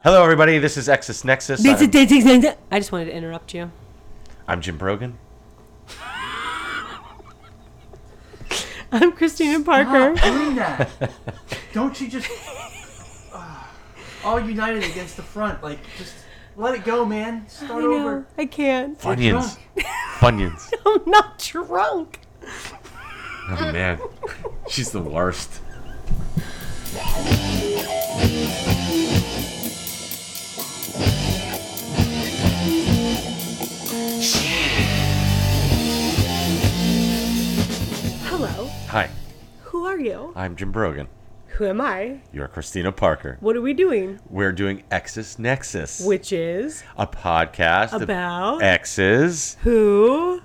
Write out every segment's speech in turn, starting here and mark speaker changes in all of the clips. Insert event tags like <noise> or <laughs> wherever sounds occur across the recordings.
Speaker 1: Hello, everybody. This is Exus Nexus. I'm,
Speaker 2: I just wanted to interrupt you.
Speaker 1: I'm Jim Brogan.
Speaker 2: I'm Christina Parker.
Speaker 3: Stop doing that. Don't you just Ah, all united against the front? Like just let it go, man.
Speaker 2: I
Speaker 3: Start
Speaker 2: know.
Speaker 3: over.
Speaker 2: I can't. <laughs>
Speaker 1: Funyuns. Funyuns.
Speaker 2: I'm not drunk.
Speaker 1: Oh, man. She's the worst.
Speaker 2: Hello.
Speaker 1: Hi,
Speaker 2: Who are you?
Speaker 1: I'm Jim Brogan.
Speaker 2: Who am I?
Speaker 1: You're Christina Parker.
Speaker 2: What are we doing?
Speaker 1: We're doing Exus Nexus,
Speaker 2: Which is
Speaker 1: a podcast
Speaker 2: about
Speaker 1: exes
Speaker 2: who?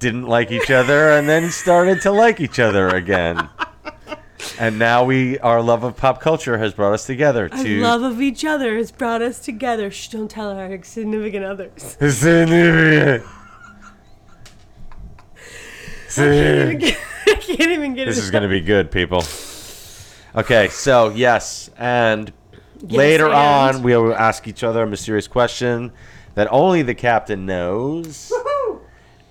Speaker 1: didn't like each other and then started to like each other
Speaker 2: <laughs>
Speaker 1: again. And now we, our love of pop culture has brought us together
Speaker 2: Our
Speaker 1: to
Speaker 2: love of each other has brought us together. Shh, don't tell our significant others. <laughs>
Speaker 1: Significant. Significant.
Speaker 2: I can't even get
Speaker 1: This
Speaker 2: it.
Speaker 1: is going to be good, people. Okay, so yes, and
Speaker 2: Yes,
Speaker 1: later
Speaker 2: and-
Speaker 1: on we will ask each other a mysterious question that only the captain knows,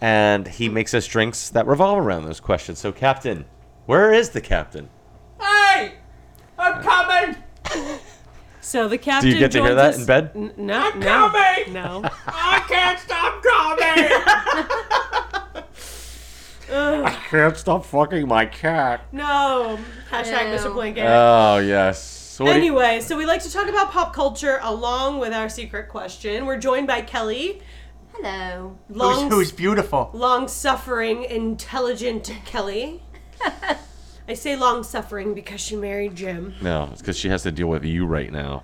Speaker 1: and he makes us drinks that revolve around those questions. So, captain, where is the captain?
Speaker 3: Hey, I'm coming.
Speaker 2: So the captain.
Speaker 1: get to hear
Speaker 2: joins
Speaker 1: that
Speaker 2: us-
Speaker 1: in bed?
Speaker 2: N- no,
Speaker 3: I'm
Speaker 2: no, <laughs>
Speaker 3: coming!
Speaker 2: no.
Speaker 3: I can't stop <laughs> coming.
Speaker 1: Can't stop fucking my cat.
Speaker 2: No. Hashtag
Speaker 4: Ew.
Speaker 2: Mr. Blanket.
Speaker 1: Oh yes. So what do you-
Speaker 2: Anyway, so we like to talk about pop culture along with our secret question. We're joined by Kelly,
Speaker 4: Hello.
Speaker 2: long,
Speaker 3: beautiful?
Speaker 2: long-suffering, intelligent Kelly. I say long-suffering because she married Jim.
Speaker 1: no, it's because she has to deal with you right now.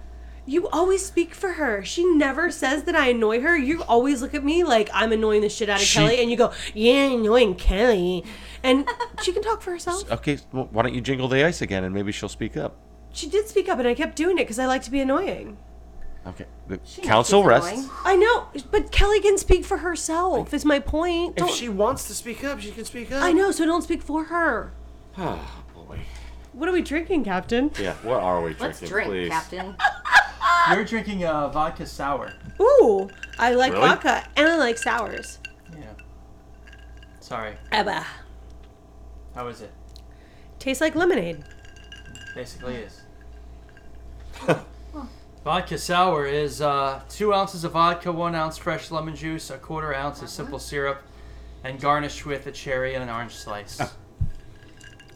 Speaker 2: You always speak for her. She never says that I annoy her. You always look at me like I'm annoying the shit out of
Speaker 1: She-
Speaker 2: Kelly, and you go, "Yeah, annoying Kelly," and she can talk for herself.
Speaker 1: <laughs> Okay, well, why don't you jingle the ice again and maybe she'll speak up.
Speaker 2: She did speak up, and I kept doing it because I like to be annoying.
Speaker 1: Okay. The
Speaker 4: knows
Speaker 1: council
Speaker 4: she's
Speaker 1: rests.
Speaker 4: annoying.
Speaker 2: I know, but Kelly can speak for herself. Is my point.
Speaker 3: If
Speaker 2: Don't-
Speaker 3: she wants to speak up, she can speak up.
Speaker 2: I know, so don't speak for her.
Speaker 1: Oh boy.
Speaker 2: What are we drinking, Captain?
Speaker 1: Yeah, what are we drinking,
Speaker 4: Let's drink,
Speaker 1: please?
Speaker 4: <laughs> Captain.
Speaker 3: You're drinking a uh, vodka sour.
Speaker 2: Ooh, I like
Speaker 1: Really?
Speaker 2: vodka and I like sours.
Speaker 3: Yeah. Sorry.
Speaker 2: Abba.
Speaker 3: How is it?
Speaker 2: Tastes like lemonade.
Speaker 3: Basically is. vodka sour is uh, two ounces of vodka, one ounce fresh lemon juice, a quarter ounce of simple syrup, and garnished with a cherry and an orange slice.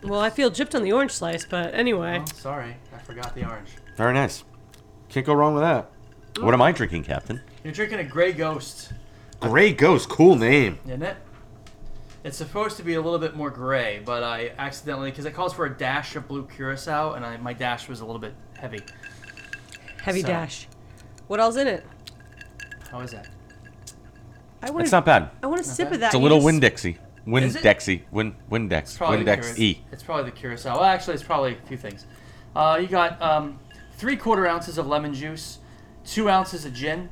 Speaker 2: Well, I feel gypped on the orange slice, but anyway.
Speaker 3: Oh, sorry, I forgot the orange.
Speaker 1: Very nice. Can't go wrong with that. What am I drinking, Captain?
Speaker 3: You're drinking a Grey Ghost,
Speaker 1: Grey Ghost, cool name.
Speaker 3: isn't it? It's supposed to be a little bit more gray, but I accidentally because it calls for a dash of blue curacao, and I, my dash was a little bit heavy.
Speaker 2: Heavy
Speaker 3: So-
Speaker 2: dash. What else in it?
Speaker 3: How is that?
Speaker 2: I want
Speaker 1: It's
Speaker 2: to.
Speaker 1: not bad.
Speaker 2: I want a sip of that.
Speaker 1: It's a
Speaker 2: You
Speaker 1: little
Speaker 2: just-
Speaker 1: Windexy.
Speaker 3: Is it?
Speaker 1: Windexy. Win Windex.
Speaker 3: It's probably
Speaker 1: Windex
Speaker 3: the
Speaker 1: E.
Speaker 3: curacao. It's probably the curacao. Well, actually, it's probably a few things. Uh, you got um, three quarter ounces of lemon juice, two ounces of gin,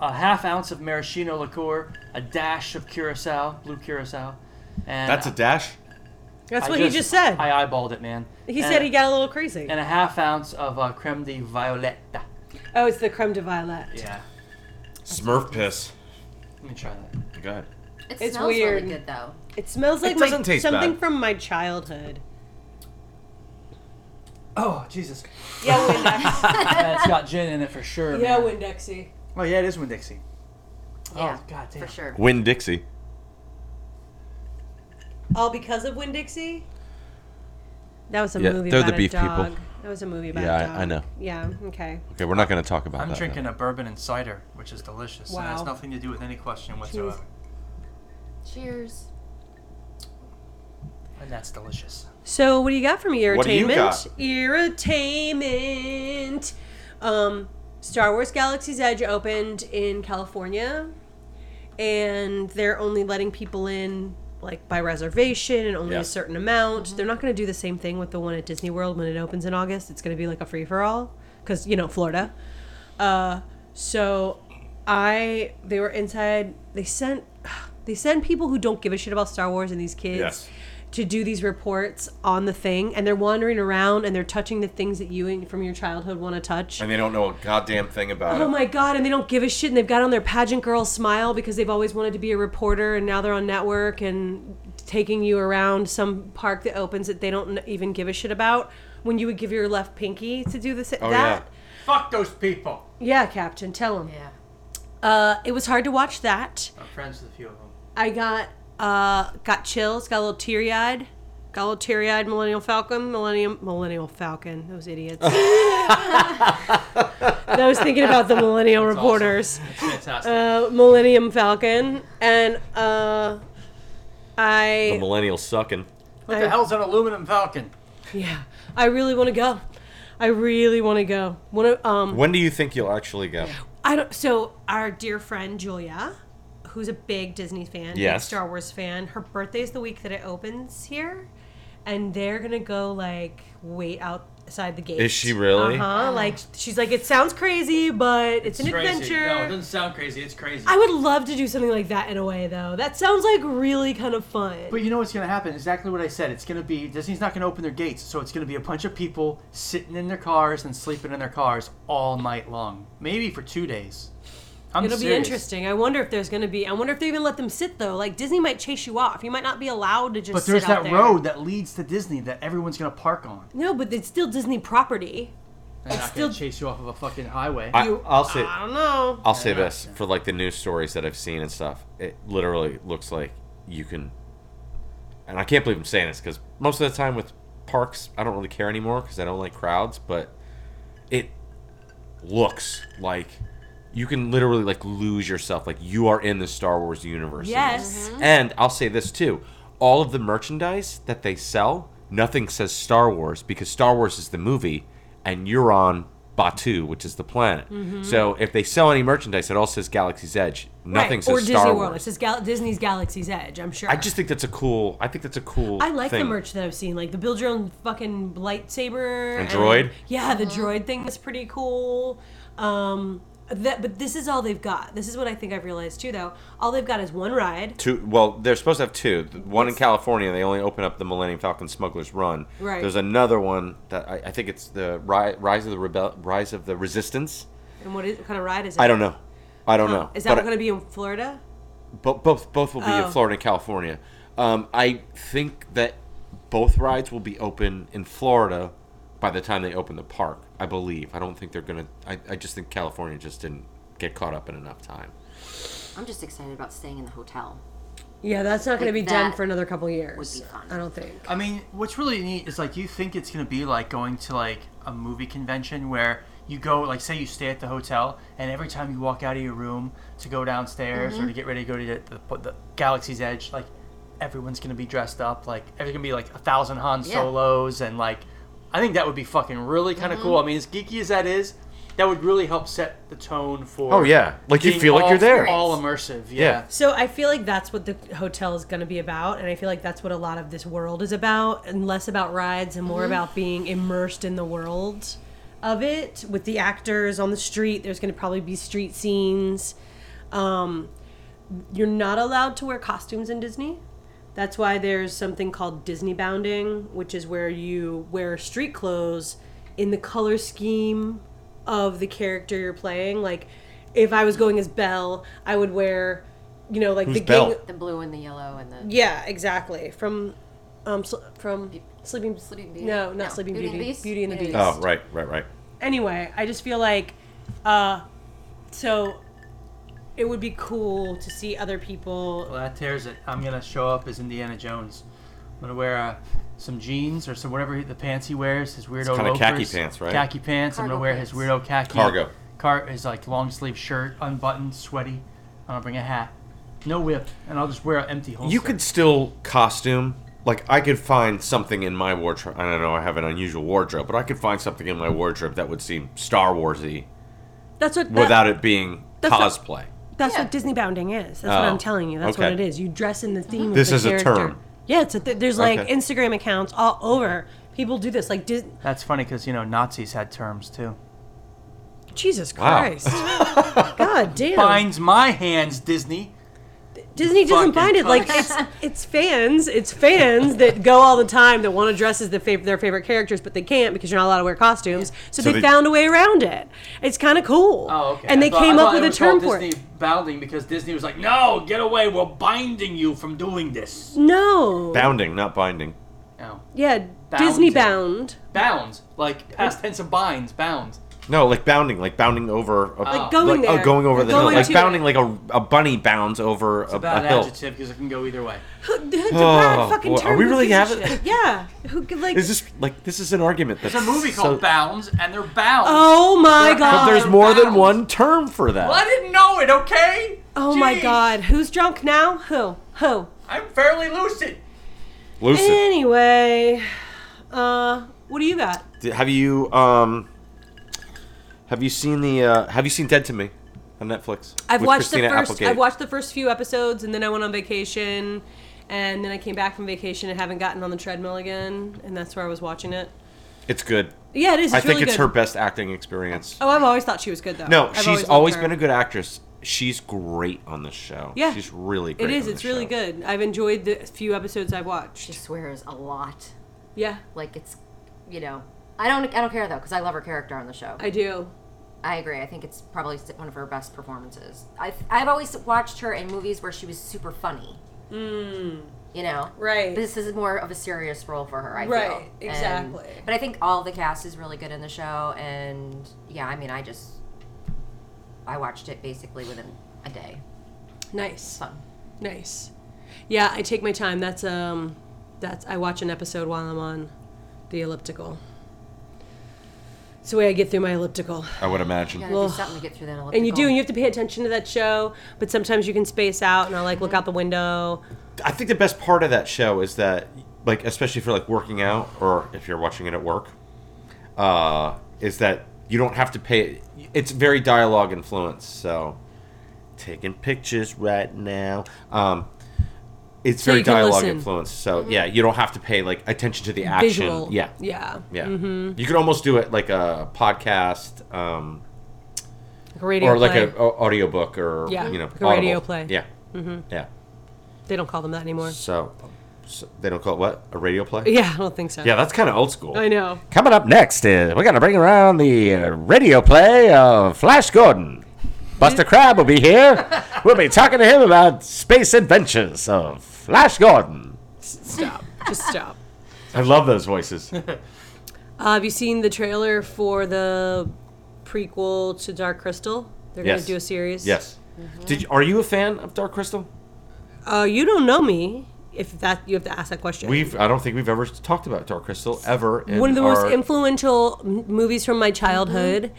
Speaker 3: a half ounce of maraschino liqueur, a dash of curacao, blue curacao, and
Speaker 1: dash.
Speaker 2: That's
Speaker 3: I
Speaker 2: what he just said.
Speaker 3: I eyeballed it, man.
Speaker 2: he
Speaker 3: And-
Speaker 2: said he got a little crazy.
Speaker 3: and a half ounce of uh, creme de violette.
Speaker 2: oh, it's the creme de violette.
Speaker 3: Yeah,
Speaker 1: Smurf piss.
Speaker 3: let me try that.
Speaker 1: Go ahead.
Speaker 4: It
Speaker 2: It's
Speaker 4: smells
Speaker 2: weird.
Speaker 4: really good though.
Speaker 2: It smells like
Speaker 1: doesn't
Speaker 2: my,
Speaker 1: taste
Speaker 2: something
Speaker 1: bad.
Speaker 2: from my childhood.
Speaker 3: Oh Jesus!
Speaker 2: Yeah,
Speaker 3: <laughs>
Speaker 2: Windex.
Speaker 3: And it's got gin in it for sure.
Speaker 2: yeah,
Speaker 3: man.
Speaker 2: Windexy.
Speaker 3: Oh yeah, it is Winn Dixie.
Speaker 4: Yeah,
Speaker 3: Oh god damn.
Speaker 4: for sure.
Speaker 1: Win Dixie.
Speaker 2: All because of Windexy? That was a
Speaker 1: Yeah,
Speaker 2: movie
Speaker 1: they're the
Speaker 2: about
Speaker 1: beef
Speaker 2: a
Speaker 1: people.
Speaker 2: dog. That was a movie about
Speaker 1: Yeah, I-
Speaker 2: a dog.
Speaker 1: I know.
Speaker 2: Yeah, okay.
Speaker 1: Okay, we're not going to talk about
Speaker 3: I'm
Speaker 1: that.
Speaker 3: drinking a bourbon and cider, which is delicious. And it has
Speaker 2: Wow.
Speaker 3: nothing to do with any question whatsoever.
Speaker 4: Cheers.
Speaker 3: And that's delicious.
Speaker 2: So what do you got from me? Irritainment?
Speaker 1: What do you got?
Speaker 2: Irritainment. Um, Star Wars Galaxy's Edge opened in California and they're only letting people in like by reservation and only
Speaker 1: Yeah.
Speaker 2: a certain amount. They're not going to do the same thing with the one at Disney World when it opens in August. It's going to be like a free for all cuz you know, Florida. Uh, so I they <sighs> were inside they sent they send people who don't give a shit about Star Wars and these kids
Speaker 1: Yes.
Speaker 2: to do these reports on the thing, and they're wandering around and they're touching the things that you in- from your childhood want to touch.
Speaker 1: And they don't know a goddamn thing about
Speaker 2: Oh
Speaker 1: it.
Speaker 2: my god, and they don't give a shit, and they've got on their pageant girl smile because they've always wanted to be a reporter, and now they're on network and taking you around some park that opens that they don't n- even give a shit about. When you would give your left pinky to do this,
Speaker 1: Oh,
Speaker 2: that
Speaker 3: Fuck those people.
Speaker 2: yeah. Captain, tell him.
Speaker 4: Yeah.
Speaker 2: Uh, it was hard to watch that.
Speaker 3: I'm friends with a few of them.
Speaker 2: I got uh got chills, got a little teary eyed, got a little teary eyed Millennial Falcon, Millennium Millennial Falcon. Those idiots. I was thinking about the Millennial
Speaker 3: It's
Speaker 2: Reporters,
Speaker 3: awesome. It's
Speaker 2: <laughs>
Speaker 3: fantastic.
Speaker 2: uh, Millennium Falcon, and uh,
Speaker 1: The
Speaker 2: I
Speaker 1: millennials sucking.
Speaker 3: what the hell's an aluminum falcon?
Speaker 2: yeah, I really want to go. I really want to go. Wanna, um,
Speaker 1: When do you think you'll actually go?
Speaker 2: I don't. So our dear friend Julia, who's a big Disney fan, big
Speaker 1: Yes.
Speaker 2: Star Wars fan, her birthday's the week that it opens here, and they're gonna go like wait outside the gate.
Speaker 1: Is she really?
Speaker 2: Uh huh. Like she's like, it sounds crazy, but it's, an
Speaker 3: crazy.
Speaker 2: adventure.
Speaker 3: No, it doesn't sound crazy. It's crazy.
Speaker 2: I would love to do something like that in a way, though. That sounds like really kind of fun.
Speaker 3: But you know what's going to happen? Exactly what I said. It's going to be Disney's not going to open their gates, so it's going to be a bunch of people sitting in their cars and sleeping in their cars all night long, maybe for two days. I'm
Speaker 2: It'll be
Speaker 3: serious.
Speaker 2: interesting. I wonder if there's going to be. I wonder if they even let them sit though. Like Disney might chase you off. You might not be allowed to just.
Speaker 3: But there's
Speaker 2: sit out
Speaker 3: that
Speaker 2: there.
Speaker 3: road that leads to Disney that everyone's going to park on.
Speaker 2: No, but it's still Disney property.
Speaker 3: They're not
Speaker 2: still-
Speaker 3: going to chase you off of a fucking highway.
Speaker 1: I, I'll say
Speaker 2: I don't know.
Speaker 1: I'll say this for like the news stories that I've seen and stuff. It literally looks like you can, and I can't believe I'm saying this because most of the time with parks, I don't really care anymore because I don't like crowds. But it looks like you can literally like lose yourself, like you are in the Star Wars universe. in this.
Speaker 2: Yes.
Speaker 1: And I'll say this too: all of the merchandise that they sell, nothing says Star Wars because Star Wars is the movie, and you're on Batu, which is the planet.
Speaker 2: Mm-hmm.
Speaker 1: So if they sell any merchandise, it all says Galaxy's Edge. Nothing
Speaker 2: Right,
Speaker 1: says
Speaker 2: or Disney
Speaker 1: Star
Speaker 2: World. It
Speaker 1: Wars.
Speaker 2: says Gal- Disney's Galaxy's Edge. I'm sure.
Speaker 1: I just think that's a cool. I think that's a cool.
Speaker 2: I like the
Speaker 1: thing.
Speaker 2: merch that I've seen, like the build your own fucking lightsaber
Speaker 1: And droid?
Speaker 2: Yeah, the droid thing is pretty cool. Um, that, but this is all they've got. This is what I think I've realized too, though. All they've got is one ride.
Speaker 1: Two, well, they're supposed to have two. The One in California, they only open up the Millennium Falcon Smuggler's Run.
Speaker 2: Right.
Speaker 1: There's another one that I, I think it's the Ri- Rise of the Rebel, Rise of the Resistance.
Speaker 2: And what, is, what kind of ride is it?
Speaker 1: I don't know. I don't know.
Speaker 2: Is that
Speaker 1: But-
Speaker 2: going to be in Florida?
Speaker 1: Bo- both both will be
Speaker 2: Oh.
Speaker 1: in Florida and California. Um, I think that both rides will be open in Florida by the time they open the park. I believe. I don't think they're gonna. I, I just think California just didn't get caught up in enough time.
Speaker 4: I'm just excited about staying in the hotel.
Speaker 2: Yeah, that's not going to
Speaker 4: Like
Speaker 2: be done
Speaker 4: that
Speaker 2: for another couple years.
Speaker 4: would be fun.
Speaker 2: I don't think.
Speaker 3: I mean, what's really neat is like you think it's gonna be like going to like a movie convention where you go, like, say you stay at the hotel, and every time you walk out of your room to go downstairs or to get ready to go to the, the, the Galaxy's Edge, like everyone's gonna be dressed up, like there's gonna be like a thousand Han
Speaker 4: Yeah.
Speaker 3: Solos, and like I think that would be fucking really kind of cool. I mean, as geeky as that is, that would really help set the tone for.
Speaker 1: Oh, yeah. Like, you
Speaker 3: being
Speaker 1: feel like
Speaker 3: all-
Speaker 1: you're there.
Speaker 3: All immersive, yeah.
Speaker 1: Yeah.
Speaker 2: So I feel like that's what the hotel is going to be about, and I feel like that's what a lot of this world is about, and less about rides and more about being immersed in the world of it with the actors on the street. There's going to probably be street scenes. Um, you're not allowed to wear costumes in Disney. That's why there's something called Disney bounding, which is where you wear street clothes in the color scheme of the character you're playing. Like, if I was going as Belle, I would wear, you know, like
Speaker 1: Who's
Speaker 2: the gang.
Speaker 1: Belle?
Speaker 4: The blue and the yellow and the
Speaker 2: Yeah, exactly. From, um, sl- from Sleeping
Speaker 4: Sleeping Beauty.
Speaker 2: No, not
Speaker 4: No,
Speaker 2: Sleeping
Speaker 4: Beauty
Speaker 2: Beauty.
Speaker 4: and the Beast?
Speaker 2: Beauty and the
Speaker 4: Beauty
Speaker 2: Beast.
Speaker 4: and the
Speaker 1: Oh right right right.
Speaker 2: Anyway, I just feel like, uh, so it would be cool to see other people
Speaker 3: Well, that tears it. I'm gonna show up as Indiana Jones. I'm gonna wear uh, some jeans or some whatever he- the pants he wears. His weirdo
Speaker 1: kinda
Speaker 3: loafers,
Speaker 1: khaki pants, right?
Speaker 3: Khaki pants. I'm
Speaker 4: Cargo
Speaker 3: gonna wear his
Speaker 4: pants.
Speaker 3: weirdo khaki
Speaker 1: Cargo.
Speaker 3: Car his like long sleeve shirt, unbuttoned, sweaty. I'm gonna bring a hat, no whip, and I'll just wear an empty holster.
Speaker 1: You could still costume. Like I could find something in my wardrobe. I don't know. I have an unusual wardrobe, but I could find something in my wardrobe that would seem Star Warsy
Speaker 2: That's what that-
Speaker 1: without it being
Speaker 2: That's not-
Speaker 1: cosplay.
Speaker 2: That's
Speaker 4: Yeah.
Speaker 2: what Disney bounding is. That's
Speaker 1: Oh,
Speaker 2: what I'm telling you. That's what
Speaker 1: okay.
Speaker 2: it is. You dress in the theme. Of
Speaker 1: This
Speaker 2: the
Speaker 1: is a
Speaker 2: character.
Speaker 1: term.
Speaker 2: Yeah, it's a th- there's like
Speaker 1: Okay.
Speaker 2: Instagram accounts all over. People do this. Like Dis-
Speaker 3: That's funny because you know Nazis had terms too.
Speaker 2: Jesus
Speaker 1: Wow. <laughs>
Speaker 2: Christ, God damn.
Speaker 3: Binds my hands, Disney.
Speaker 2: Disney doesn't
Speaker 3: Fucking
Speaker 2: find it. Like
Speaker 3: cocks.
Speaker 2: it's it's fans, it's fans that go all the time that want to dress as the fav- their favorite characters, but they can't because you're not allowed to wear costumes. So,
Speaker 1: So they-
Speaker 2: they, found a way around it. It's kind of cool.
Speaker 3: Oh, okay.
Speaker 2: And
Speaker 3: I
Speaker 2: they
Speaker 3: thought-
Speaker 2: came
Speaker 3: I
Speaker 2: up
Speaker 3: thought
Speaker 2: with a
Speaker 3: was
Speaker 2: term
Speaker 3: called
Speaker 2: for it.
Speaker 3: Disney bounding because Disney was like, "No, get away! We're binding you from doing this."
Speaker 2: No.
Speaker 1: Bounding, not binding.
Speaker 3: No,
Speaker 2: yeah, Disney bound.
Speaker 3: Bound. bound like past tense of binds, bound.
Speaker 1: No, like bounding, like bounding over. A,
Speaker 3: Like
Speaker 2: going
Speaker 1: like,
Speaker 2: there.
Speaker 1: Oh, going over the
Speaker 2: Going
Speaker 1: hill. Like
Speaker 2: to-
Speaker 1: bounding, like a, a bunny bounds over a,
Speaker 3: It's a bad
Speaker 1: a hill.
Speaker 3: adjective because it can go either way.
Speaker 2: It's a bad
Speaker 1: Oh,
Speaker 2: fucking
Speaker 1: boy.
Speaker 2: term
Speaker 1: Are we
Speaker 2: for
Speaker 1: really
Speaker 2: piece of
Speaker 1: having-
Speaker 2: shit. Yeah. Who could like?
Speaker 1: Is this like this is an argument that's
Speaker 3: There's a movie
Speaker 1: so-
Speaker 3: called Bounds, and they're bound.
Speaker 2: oh my
Speaker 3: But
Speaker 1: But
Speaker 2: god.
Speaker 1: there's more than
Speaker 3: Bounds.
Speaker 1: one term for that.
Speaker 3: Well, I didn't know it. Okay.
Speaker 2: oh my
Speaker 3: Jeez.
Speaker 2: god. Who's drunk now? Who? Who?
Speaker 3: I'm fairly lucid.
Speaker 1: Lucid.
Speaker 2: Anyway, uh, what do you got?
Speaker 1: D- Have you um have you seen the uh have you seen Dead to Me on Netflix?
Speaker 2: I've
Speaker 1: With
Speaker 2: watched
Speaker 1: Christina
Speaker 2: the first.
Speaker 1: Applegate?
Speaker 2: I've watched the first few episodes, and then I went on vacation, and then I came back from vacation and haven't gotten on the treadmill again, and that's where I was watching it.
Speaker 1: It's good.
Speaker 2: Yeah, it is. It's
Speaker 1: I think
Speaker 2: really
Speaker 1: it's
Speaker 2: good.
Speaker 1: her best acting experience.
Speaker 2: Oh, I've always thought she was good though.
Speaker 1: No,
Speaker 2: I've
Speaker 1: she's always,
Speaker 2: loved her.
Speaker 1: been a good actress. She's great on this show.
Speaker 2: Yeah.
Speaker 1: she's really
Speaker 2: It
Speaker 1: great.
Speaker 2: is.
Speaker 1: on
Speaker 2: It's
Speaker 1: this
Speaker 2: really
Speaker 1: show.
Speaker 2: good. I've enjoyed the few episodes I've
Speaker 4: She
Speaker 2: watched.
Speaker 4: swears a lot.
Speaker 2: Yeah,
Speaker 4: Like it's, you know, I don't, I don't care though because I love her character on the show.
Speaker 2: I do.
Speaker 4: I agree. I think it's probably s- one of her best performances. I've, I've always watched her in movies where she was super funny. Mm. You know?
Speaker 2: Right.
Speaker 4: This is more of a serious role for her, I feel.
Speaker 2: Right,
Speaker 4: And-
Speaker 2: exactly.
Speaker 4: but I think all the cast is really good in the show. And yeah, I mean, I just. I watched it basically within a day.
Speaker 2: Nice.
Speaker 4: Fun.
Speaker 2: Nice. Yeah, I take my time. That's um that's I watch an episode while I'm on the elliptical. It's the way I get through my elliptical.
Speaker 1: I would
Speaker 4: You
Speaker 1: imagine.
Speaker 4: gotta
Speaker 2: Well,
Speaker 4: do something to get through that elliptical.
Speaker 2: And you do, and you have to pay attention to that show, but sometimes you can space out and I'll like
Speaker 1: Mm-hmm.
Speaker 2: look out the window.
Speaker 1: I think the best part of that show is that, like, especially if you're like working out or if you're watching it at work, uh, is that you don't have to pay. It's very dialogue influenced. So, taking pictures right now. Um, it's
Speaker 2: So
Speaker 1: very
Speaker 2: you can
Speaker 1: dialogue
Speaker 2: listen. Mm-hmm.
Speaker 1: influenced. So yeah, you don't have to pay like attention to the action.
Speaker 2: Visual.
Speaker 1: Yeah,
Speaker 2: Yeah. Mm-hmm.
Speaker 1: yeah. You could almost do it like a podcast. Um,
Speaker 2: Like a radio
Speaker 1: or like
Speaker 2: play.
Speaker 1: a, a audiobook or
Speaker 2: Yeah,
Speaker 1: you know
Speaker 2: like a radio
Speaker 1: Audible.
Speaker 2: play. Mm-hmm.
Speaker 1: yeah yeah
Speaker 2: they don't call them that anymore. <laughs>
Speaker 1: so, so they don't call it what a radio play
Speaker 2: Yeah, I don't think so.
Speaker 1: yeah that's kind of old school
Speaker 2: I know.
Speaker 1: coming up next is we're gonna bring around the uh, radio play of flash gordon buster crab will be
Speaker 2: <laughs>
Speaker 1: here we'll be talking to him about space adventures of flash gordon
Speaker 2: Stop. Just
Speaker 1: <laughs>
Speaker 2: stop.
Speaker 1: i love those
Speaker 2: <laughs>
Speaker 1: voices
Speaker 2: Uh, have you seen the trailer for the prequel to Dark Crystal? They're
Speaker 1: Yes.
Speaker 2: gonna do a series. Mm-hmm.
Speaker 1: yes did you, are you a fan of dark crystal
Speaker 2: Uh, you don't know me. If that you have to ask that question.
Speaker 1: we've i don't think we've ever talked about dark crystal ever in
Speaker 2: one of the
Speaker 1: our-
Speaker 2: most influential m- movies from my childhood.
Speaker 3: Mm-hmm.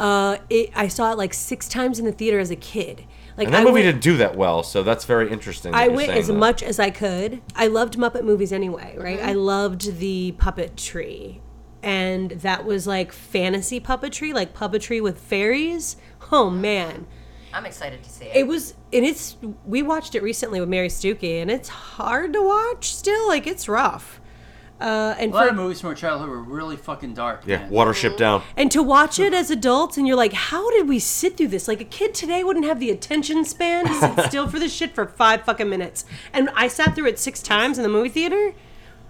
Speaker 2: Uh, it, I saw it like six times in the theater as a kid. Like
Speaker 1: and that
Speaker 2: I
Speaker 1: movie
Speaker 2: went,
Speaker 1: didn't do that well, so that's very interesting. that
Speaker 2: I
Speaker 1: you're
Speaker 2: went
Speaker 1: saying
Speaker 2: as
Speaker 1: that.
Speaker 2: much as I could. I loved Muppet movies anyway, right?
Speaker 3: Mm-hmm.
Speaker 2: I loved the puppetry, and that was like fantasy puppetry, like puppetry with fairies. Oh man,
Speaker 4: I'm excited to see it.
Speaker 2: it was and it's we watched it recently with Mary Stuckey, and it's hard to watch still. Like it's rough. Uh, and
Speaker 3: A lot
Speaker 2: for
Speaker 3: of movies from our childhood were really fucking dark.
Speaker 1: Yeah,
Speaker 3: man.
Speaker 1: Watership Down.
Speaker 2: And to watch it as adults, and you're like, how did we sit through this? Like, a kid today wouldn't have the attention span to
Speaker 1: <laughs>
Speaker 2: sit still for this shit for five fucking minutes. And I sat through it six times in the movie theater.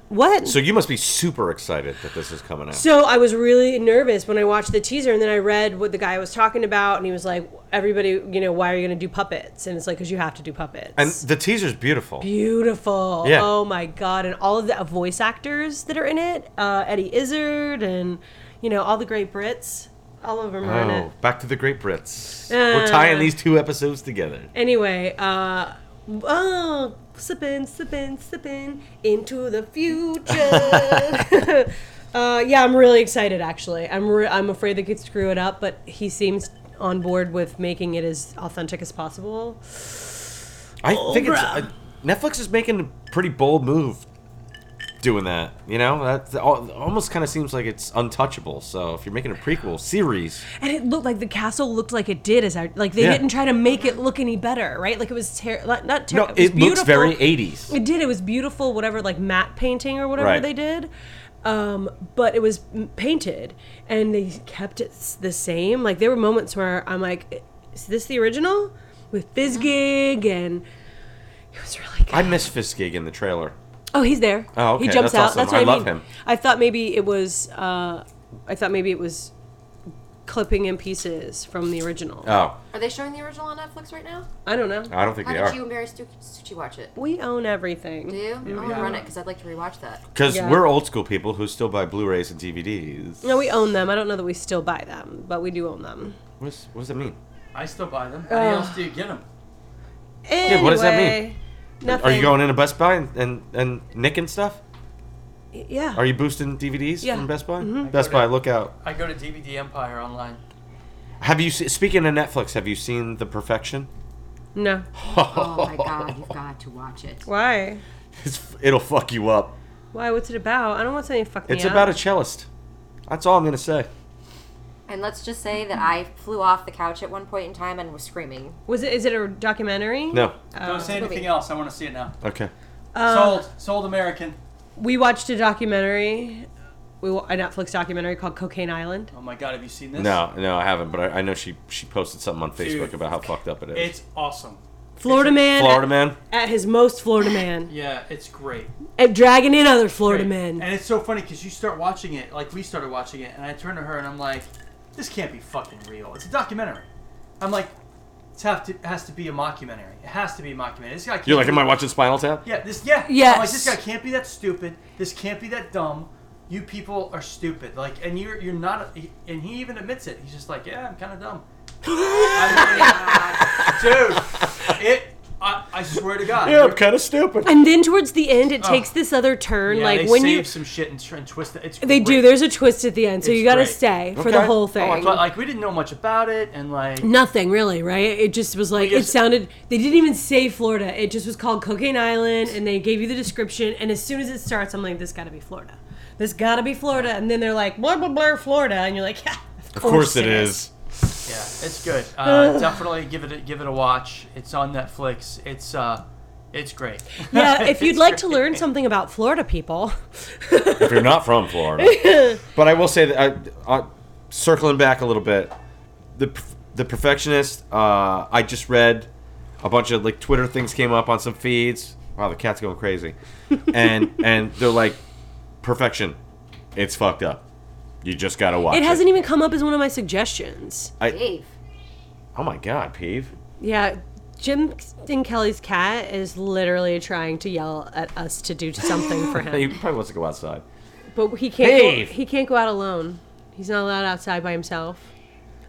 Speaker 2: What?
Speaker 1: So you must be super excited that this is coming out.
Speaker 2: So I was really nervous when I watched the teaser, and then I read what the guy was talking about, and he was like, everybody, you know, why are you going to do puppets? And it's like, because you have to do puppets.
Speaker 1: and the teaser's beautiful.
Speaker 2: Beautiful.
Speaker 1: Yeah.
Speaker 2: Oh my god! And all of the voice actors that are in it, uh, Eddie Izzard, and you know all the great Brits, all of them are in it.
Speaker 1: Oh, back to the Great Brits. We're tying these two episodes together.
Speaker 2: Anyway, uh, oh, slipping, slipping, slipping into the future. <laughs> uh, yeah, I'm really excited. Actually, I'm re- I'm afraid they could screw it up, but he seems on board with making it as authentic as possible.
Speaker 1: I think it's uh, Netflix is making a pretty bold move doing that. You know, that al- almost kind of seems like it's untouchable. So if you're making a prequel series,
Speaker 2: And it looked like the castle looked like it did as I like they
Speaker 1: Yeah.
Speaker 2: didn't try to make it look any better, right? Like it was ter- like, not
Speaker 1: no,
Speaker 2: terrible.
Speaker 1: it looks very 80s.
Speaker 2: It did. It was beautiful, whatever, like matte painting or whatever
Speaker 1: Right.
Speaker 2: they did. Um, but it was m- painted, and they kept it s- the same. Like there were moments where I'm like, "Is this the original?" With Fizgig and It was really good.
Speaker 1: I miss Fiskig in the trailer.
Speaker 2: Oh, he's there.
Speaker 1: Oh, okay.
Speaker 2: He jumps
Speaker 1: That's
Speaker 2: out.
Speaker 1: awesome.
Speaker 2: That's what I,
Speaker 1: I love
Speaker 2: mean.
Speaker 1: him.
Speaker 2: I thought maybe it was. Uh, I thought maybe it was clipping in pieces from the original.
Speaker 1: Oh,
Speaker 4: Are they showing the original on Netflix right now?
Speaker 2: I don't know.
Speaker 1: I don't think
Speaker 4: How
Speaker 1: they
Speaker 4: did
Speaker 1: are.
Speaker 4: you and Mary Stu- Stucci watch it?
Speaker 2: We own everything.
Speaker 4: Do you? I'm gonna
Speaker 3: yeah.
Speaker 4: run it because I'd like to rewatch that.
Speaker 1: Because
Speaker 2: Yeah.
Speaker 1: we're old school people who still buy Blu-rays and DVDs.
Speaker 2: No, we own them. I don't know that we still buy them, but we do own them.
Speaker 1: What's, what does that mean?
Speaker 3: I still buy them. How
Speaker 2: Ugh.
Speaker 3: else do you get them?
Speaker 2: Anyway,
Speaker 1: what does that mean?
Speaker 2: Nothing.
Speaker 1: Are you going into Best Buy and, and, and nicking stuff?
Speaker 2: Yeah.
Speaker 1: Are you boosting DVDs
Speaker 2: Yeah.
Speaker 1: from Best Buy?
Speaker 2: Mhm.
Speaker 1: Best Buy, look out!
Speaker 3: I go to DVD Empire online.
Speaker 1: Have you se- speaking of Netflix? Have you seen The Perfection?
Speaker 2: no.
Speaker 4: Oh my god, you've got to watch it.
Speaker 2: Why?
Speaker 1: <laughs> It's, it'll fuck you up.
Speaker 2: Why? What's it about? I don't want something to fuck me
Speaker 1: It's
Speaker 2: up.
Speaker 1: about a cellist. That's all I'm gonna say.
Speaker 4: And let's just say that I flew off the couch at one point in time and was screaming.
Speaker 2: Was it? Is it a documentary?
Speaker 1: No.
Speaker 3: Don't say anything
Speaker 4: movie.
Speaker 3: else. I want to see it now.
Speaker 1: Okay.
Speaker 3: sold. Sold American.
Speaker 2: We watched a documentary, we wa- a Netflix documentary called Cocaine Island.
Speaker 3: Oh my god, have you seen this?
Speaker 1: No, no, I haven't. But I, I know she she posted something on Facebook
Speaker 3: Dude,
Speaker 1: about how fucked up it is.
Speaker 3: It's awesome.
Speaker 2: Florida man.
Speaker 1: Florida
Speaker 2: at-
Speaker 1: man.
Speaker 2: At, his most Florida man,
Speaker 3: Yeah, it's great.
Speaker 2: and dragging in other Florida
Speaker 3: Great.
Speaker 2: men.
Speaker 3: And it's so funny because you start watching it, like we started watching it, and I turned to her and I'm like, "This can't be fucking real. It's a documentary." I'm like, "It have to has to be a mockumentary. It has to be a mockumentary. This guy." Can't
Speaker 1: You're like,
Speaker 3: be-
Speaker 1: am I watching Spinal Tap?
Speaker 3: Yeah. This. Yeah.
Speaker 2: Yes.
Speaker 3: I'm like, this guy can't be that stupid. This can't be that dumb. You people are stupid. Like, and you're you're not. And he even admits it. He's just like, "Yeah, I'm kind
Speaker 2: <laughs>
Speaker 3: of dumb." I mean, dude, it. I, I swear to God.
Speaker 1: Yeah, I'm kind of stupid.
Speaker 2: And then towards the end,
Speaker 1: Oh.
Speaker 2: it takes this other turn.
Speaker 3: Yeah,
Speaker 2: like
Speaker 3: they
Speaker 2: when
Speaker 3: save
Speaker 2: you,
Speaker 3: some shit and, tr- and twist it. It's
Speaker 2: they do.
Speaker 3: great.
Speaker 2: There's a twist at the end, so
Speaker 3: It's
Speaker 2: you got to
Speaker 3: great.
Speaker 2: stay for the
Speaker 1: Okay.
Speaker 2: whole
Speaker 1: Oh, I
Speaker 2: thing.
Speaker 3: But like we didn't know much about it, and
Speaker 2: <laughs>
Speaker 3: like
Speaker 2: Nothing really, right? It just was like it
Speaker 3: guess-
Speaker 2: sounded. They didn't even say Florida. It just was called Cocaine Island, and they gave you the description. And as soon as it starts, I'm like, this got to be Florida. This got to be Florida. And then they're like, blah blah blah, Florida, and you're like, yeah,
Speaker 1: Of course it is.
Speaker 3: yeah, it's good. Uh, definitely give it a, give it a watch. It's on Netflix. It's uh, it's great.
Speaker 1: <laughs>
Speaker 2: Yeah, if you'd
Speaker 3: It's
Speaker 2: like to
Speaker 3: great.
Speaker 2: learn something about Florida people,
Speaker 1: if you're not from Florida.
Speaker 2: <laughs>
Speaker 1: but I will say that I, I, circling back a little bit, the Perf- the perfectionist. Uh, I just read a bunch of like Twitter things came up on some feeds. Wow, the cat's going
Speaker 2: <laughs>
Speaker 1: crazy, and and they're like, perfection, it's fucked up. You just gotta watch.
Speaker 2: it hasn't even come up as one of my suggestions.
Speaker 4: Dave.
Speaker 1: Oh my god, peeve.
Speaker 2: Yeah, Jim and Kelly's cat is literally trying to yell at us to do something for
Speaker 1: He
Speaker 2: him,
Speaker 1: probably wants to go outside.
Speaker 2: but he can't.
Speaker 1: Dave.
Speaker 2: Go, he can't go out alone. He's not allowed outside by himself.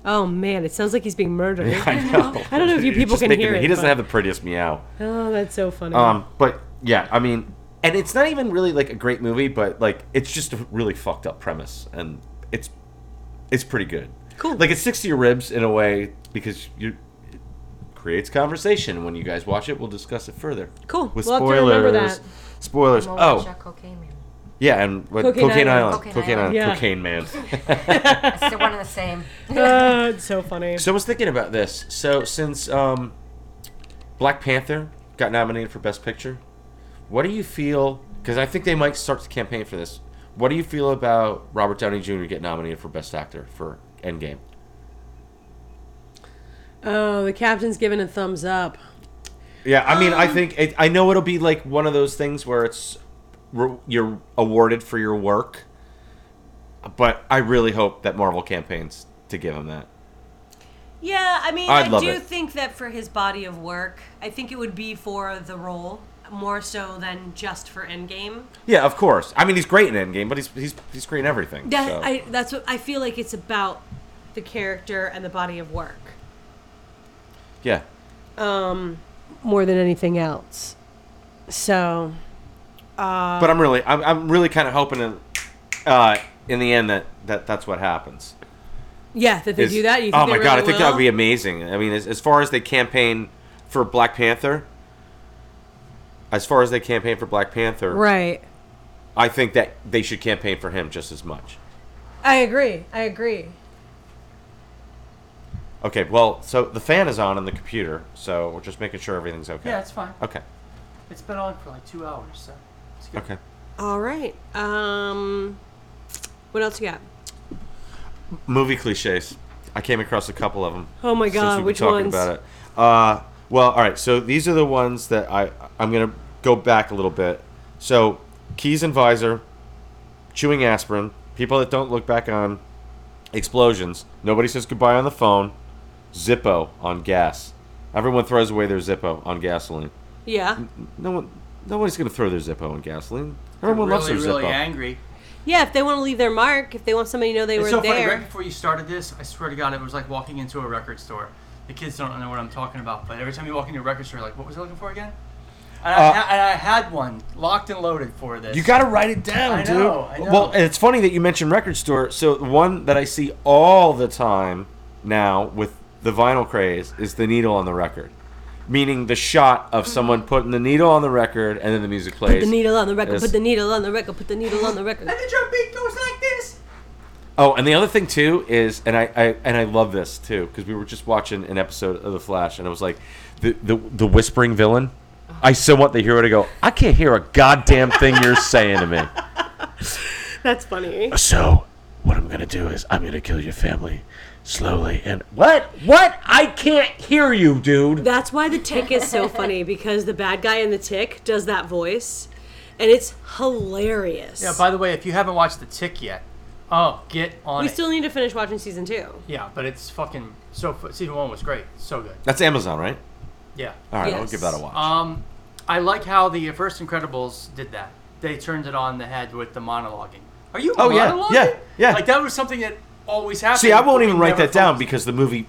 Speaker 2: Oh man, it sounds like he's being
Speaker 1: <laughs>
Speaker 2: murdered.
Speaker 1: know.
Speaker 2: <laughs> I don't know if you
Speaker 1: It's
Speaker 2: people
Speaker 1: just
Speaker 2: can
Speaker 1: making
Speaker 2: hear
Speaker 1: me-
Speaker 2: it,
Speaker 1: He doesn't
Speaker 2: but-
Speaker 1: have the prettiest meow.
Speaker 2: Oh, that's so funny.
Speaker 1: Um, but yeah, I mean, and it's not even really like a great movie, but like it's just a really fucked up premise, and it's it's pretty good.
Speaker 2: Cool.
Speaker 1: Like it sticks to your ribs in a way because you it creates conversation. When you guys watch it, we'll discuss it further.
Speaker 2: Cool.
Speaker 1: With
Speaker 2: We'll have to
Speaker 1: spoilers.
Speaker 2: remember that.
Speaker 1: Spoilers.
Speaker 4: Mo
Speaker 1: Oh,
Speaker 4: Wajah Cocaine Man.
Speaker 1: yeah, and what,
Speaker 2: Cocaine
Speaker 1: Cocaine,
Speaker 2: Island.
Speaker 1: Island.
Speaker 4: Cocaine
Speaker 1: Cocaine Island.
Speaker 2: Island.
Speaker 1: Cocaine
Speaker 2: <laughs>
Speaker 1: Man.
Speaker 4: It's the one and the same.
Speaker 1: <laughs>
Speaker 2: Uh, it's so funny.
Speaker 1: so I was thinking about this. So since um, Black Panther got nominated for Best Picture, what do you feel? Because I think they might start the campaign for this. What do you feel about Robert Downey Jr. getting nominated for Best Actor for Endgame?
Speaker 2: Oh, the captain's giving a thumbs up.
Speaker 1: Yeah, I mean, I think it, I know it'll be like one of those things where it's re- you're awarded for your work, but I really hope that Marvel campaigns to give him that.
Speaker 2: Yeah, I mean,
Speaker 1: I'd
Speaker 2: I
Speaker 1: love
Speaker 2: do
Speaker 1: it.
Speaker 2: think that for his body of work, I think it would be for the role more so than just for Endgame.
Speaker 1: Yeah, of course. I mean, he's great in Endgame, but he's he's he's great in everything.
Speaker 2: That
Speaker 1: so.
Speaker 2: I that's what I feel like it's about the character and the body of work
Speaker 1: yeah,
Speaker 2: more than anything else. So
Speaker 1: but I'm really, I'm, I'm really kind of hoping in, uh, in the end that, that that's what happens.
Speaker 2: yeah, that they
Speaker 1: Is-
Speaker 2: do that. You think
Speaker 1: oh
Speaker 2: they
Speaker 1: my
Speaker 2: really
Speaker 1: god, I think that would be
Speaker 2: will?
Speaker 1: amazing. I mean, as, as far as they campaign for Black Panther, as far as they campaign for Black Panther,
Speaker 2: right.
Speaker 1: I think that they should campaign for him just as much.
Speaker 2: I agree. I agree.
Speaker 1: Okay, well, so the fan is on in the computer, so we're just making sure everything's okay.
Speaker 3: <laughs> Yeah, it's fine.
Speaker 1: Okay.
Speaker 3: It's been on for like two hours, so it's good.
Speaker 1: Okay.
Speaker 2: All right. Um, what else you got?
Speaker 1: Movie cliches. I came across a couple of them.
Speaker 2: Oh my God,
Speaker 1: since we've been
Speaker 2: which
Speaker 1: talking
Speaker 2: ones?
Speaker 1: About it. Uh, Well, all right. So these are the ones that I I'm gonna go back a little bit. So keys and visor, chewing aspirin, people that don't look back on explosions. Nobody says goodbye on the phone. Zippo on gas. Everyone throws away their Zippo on gasoline.
Speaker 2: Yeah.
Speaker 1: No one, nobody's gonna throw their Zippo on gasoline. Everyone loves
Speaker 3: really,
Speaker 1: their
Speaker 3: really
Speaker 1: Zippo.
Speaker 3: angry.
Speaker 2: Yeah, if they want to leave their mark, if they want somebody to know they
Speaker 3: It's
Speaker 2: were
Speaker 3: so funny.
Speaker 2: there.
Speaker 3: Right before you started this, I swear to God, it was like walking into a record store. The kids don't know what I'm talking about, but every time you walk into a record store, you're like, what was I looking for again? And, I,
Speaker 1: Uh,
Speaker 3: ha- and I had one locked and loaded for this.
Speaker 1: You got to write it down,
Speaker 3: I
Speaker 1: dude.
Speaker 3: know, I know.
Speaker 1: Well, and it's funny that you mentioned record store. So the one that I see all the time now with the vinyl craze is the needle on the record, meaning the shot of someone putting the needle on the record and then the music plays.
Speaker 2: Put the needle on the record.
Speaker 1: Yes.
Speaker 2: Put the needle on the record. Put the needle on the record.
Speaker 3: And the drum beat goes like this.
Speaker 1: Oh, and the other thing too is, and I, I and I love this too because we were just watching an episode of The Flash, and it was like the the, the whispering villain. I so want the hero to go. I can't hear a goddamn thing you're saying to me.
Speaker 2: <laughs> That's funny.
Speaker 1: So, what I'm gonna do is I'm gonna kill your family slowly and what? What? I can't hear you, dude.
Speaker 2: That's why the tick is so funny because the bad guy in the tick does that voice, and it's hilarious.
Speaker 3: Yeah, by the way, if you haven't watched The Tick yet, oh, get on
Speaker 2: we
Speaker 3: it.
Speaker 2: still need to finish watching season two.
Speaker 3: yeah, but it's fucking so. fu- Season one was great. So good.
Speaker 1: That's Amazon, right?
Speaker 3: Yeah.
Speaker 1: All right, I'll
Speaker 2: Yes.
Speaker 1: give that a watch.
Speaker 3: Um, I like how the first Incredibles did that. They turned it on the head with the monologuing. Are you
Speaker 1: Oh, yeah.
Speaker 3: monologuing?
Speaker 1: Yeah, yeah.
Speaker 3: Like that was something that always happened.
Speaker 1: See, I won't
Speaker 3: We
Speaker 1: even write
Speaker 3: never
Speaker 1: that down
Speaker 3: focused.
Speaker 1: because the movie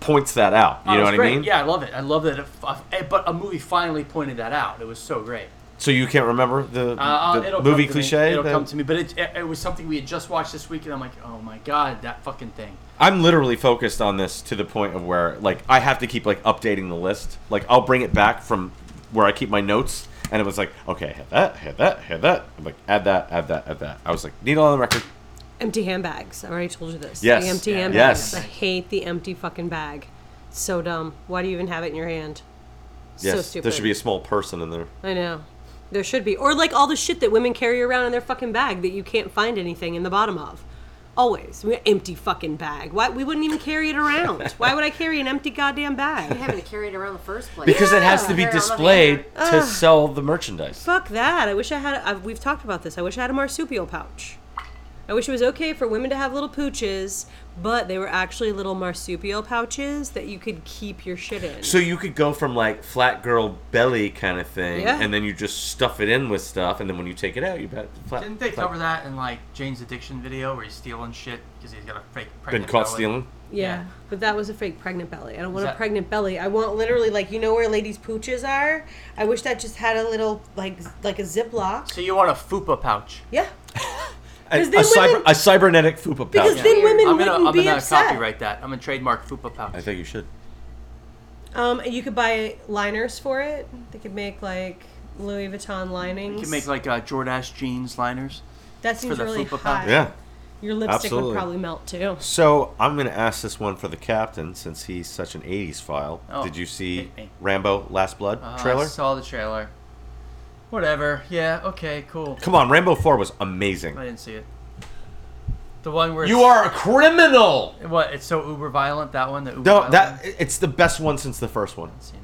Speaker 1: points that out. You
Speaker 3: Oh, it
Speaker 1: know
Speaker 3: was
Speaker 1: what I
Speaker 3: great.
Speaker 1: mean?
Speaker 3: Yeah, I love it. I love that. It, eh, but a movie finally pointed that out. It was so great.
Speaker 1: So you can't remember the,
Speaker 3: Uh,
Speaker 1: the
Speaker 3: it'll
Speaker 1: movie
Speaker 3: come to me.
Speaker 1: cliche?
Speaker 3: It'll
Speaker 1: that-
Speaker 3: come to me. But it, it, it was something we had just watched this week, and I'm like, oh my god, that fucking thing.
Speaker 1: I'm literally focused on this to the point of where like I have to keep like updating the list. Like I'll bring it back from where I keep my notes, and it was like, okay, I had that, I had that, I had that. I'm like, add that, add that, add that. I was like, needle on the record.
Speaker 2: Empty handbags. I already told you this.
Speaker 1: Yes.
Speaker 2: The empty
Speaker 1: Yeah.
Speaker 2: handbags.
Speaker 1: Yes.
Speaker 2: I hate the empty fucking bag. It's so dumb. Why do you even have it in your hand? so stupid.
Speaker 1: There should be a small person in there.
Speaker 2: I know. There should be. Or like all the shit that women carry around in their fucking bag that you can't find anything in the bottom of. Always. We empty fucking bag. Why we wouldn't even carry
Speaker 1: <laughs>
Speaker 2: it around. Why would I carry an empty goddamn bag?
Speaker 4: Having to carry it around the first place
Speaker 1: Because it has to be
Speaker 4: Carry around the
Speaker 1: displayed
Speaker 4: hand.
Speaker 1: to sell the merchandise.
Speaker 2: Fuck that. I wish I had I, we've talked about this. I wish I had a marsupial pouch. I wish it was okay for women to have little pooches, but they were actually little marsupial pouches that you could keep your shit in.
Speaker 1: So you could go from like flat girl belly kind of thing,
Speaker 2: Yeah.
Speaker 1: and then you just stuff it in with stuff, and then when you take it out, you bet. Flat,
Speaker 3: Didn't they
Speaker 1: flat-
Speaker 3: cover that in like Jane's addiction video where he's stealing shit because he's got a fake
Speaker 1: Been
Speaker 3: pregnant
Speaker 1: caught
Speaker 3: belly?
Speaker 1: stealing.
Speaker 2: Yeah,
Speaker 3: Yeah.
Speaker 2: but that was a fake pregnant belly. I don't want
Speaker 3: Is
Speaker 2: a
Speaker 3: that-
Speaker 2: pregnant belly. I want literally like you know where ladies' pooches are. I wish that just had a little like like a Ziploc.
Speaker 3: So you want a fupa pouch? <laughs>
Speaker 2: Yeah,
Speaker 1: A, a,
Speaker 2: 'Cause then
Speaker 1: cyber,
Speaker 2: women-
Speaker 1: a cybernetic fupa pouch.
Speaker 2: because then women
Speaker 3: I'm
Speaker 2: wouldn't
Speaker 3: gonna, I'm
Speaker 2: be
Speaker 3: gonna
Speaker 2: upset.
Speaker 3: copyright that. I'm gonna trademark fupa pouch.
Speaker 1: I think you should.
Speaker 2: Um, you could buy liners for it. They could make like Louis Vuitton linings.
Speaker 3: You can make like uh, Jordache jeans liners.
Speaker 2: that seems
Speaker 3: the
Speaker 2: really
Speaker 3: fupa pouch.
Speaker 2: high.
Speaker 1: Yeah.
Speaker 2: your lipstick
Speaker 1: absolutely.
Speaker 2: would probably melt too.
Speaker 1: So I'm going to ask this one for the captain since he's such an 80s file.
Speaker 3: Oh,
Speaker 1: Did you see
Speaker 3: hit me.
Speaker 1: Rambo Last Blood
Speaker 3: Uh, I
Speaker 1: trailer?
Speaker 3: saw the trailer. Whatever. Yeah. Okay. Cool.
Speaker 1: Come on, Rambo 4 was amazing.
Speaker 3: I didn't see it. The one where
Speaker 1: You
Speaker 3: it's-
Speaker 1: are a criminal!
Speaker 3: what? It's so uber violent. That one. The uber
Speaker 1: No,
Speaker 3: violent
Speaker 1: that
Speaker 3: one?
Speaker 1: it's the best one since the first one.
Speaker 3: Seen it.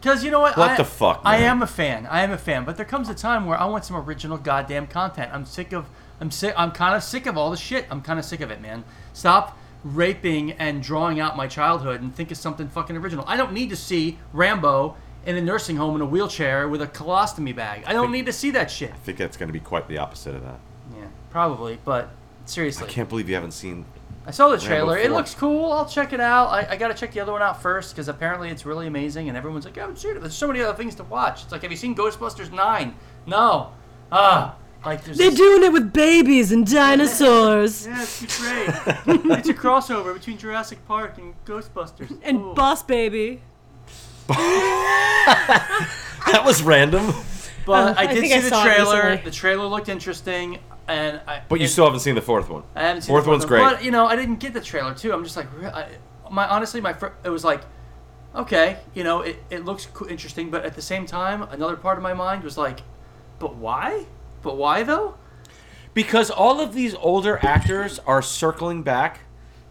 Speaker 3: Because you know what?
Speaker 1: What
Speaker 3: I,
Speaker 1: the fuck,
Speaker 3: I
Speaker 1: man?
Speaker 3: am a fan. I am a fan. But there comes a time where I want some original goddamn content. I'm sick of. I'm sick. I'm kind of sick of all the shit. I'm kind of sick of it, man. Stop raping and drawing out my childhood and think of something fucking original. I don't need to see Rambo in a nursing home in a wheelchair with a colostomy bag. I don't need to see that shit.
Speaker 1: I think that's going to be quite the opposite of that.
Speaker 3: Yeah, probably. But seriously,
Speaker 1: I can't believe you haven't seen. <laughs>
Speaker 3: I saw the
Speaker 1: Rambo
Speaker 3: trailer. It
Speaker 1: four.
Speaker 3: looks cool. I'll check it out. I, I got to check the other one out first because apparently it's really amazing and everyone's like, I haven't seen it. There's so many other things to watch. It's like, have you seen Ghostbusters 9? No. Ah. Like, there's
Speaker 2: They're
Speaker 3: this-
Speaker 2: doing it with babies and
Speaker 3: <laughs>
Speaker 2: dinosaurs
Speaker 3: Yeah, it's great. it's a crossover between Jurassic Park and Ghostbusters.
Speaker 2: and
Speaker 3: Cool.
Speaker 2: Boss Baby.
Speaker 1: That was random.
Speaker 3: But I
Speaker 2: I
Speaker 3: did
Speaker 2: think
Speaker 3: see
Speaker 2: I
Speaker 3: the
Speaker 2: saw it
Speaker 3: trailer.
Speaker 2: recently.
Speaker 3: The trailer looked interesting. And I,
Speaker 1: But you
Speaker 3: and-
Speaker 1: still haven't seen the fourth one.
Speaker 3: I haven't seen
Speaker 1: fourth
Speaker 3: the
Speaker 1: one's
Speaker 3: one.
Speaker 1: great.
Speaker 3: But you know, I didn't get the trailer too. I'm just like, re- I, my honestly, my fir- it was like, okay, you know, it, it looks co- interesting, but at the same time, another part of my mind was like, but why? But why though?
Speaker 1: Because all of these older actors are circling back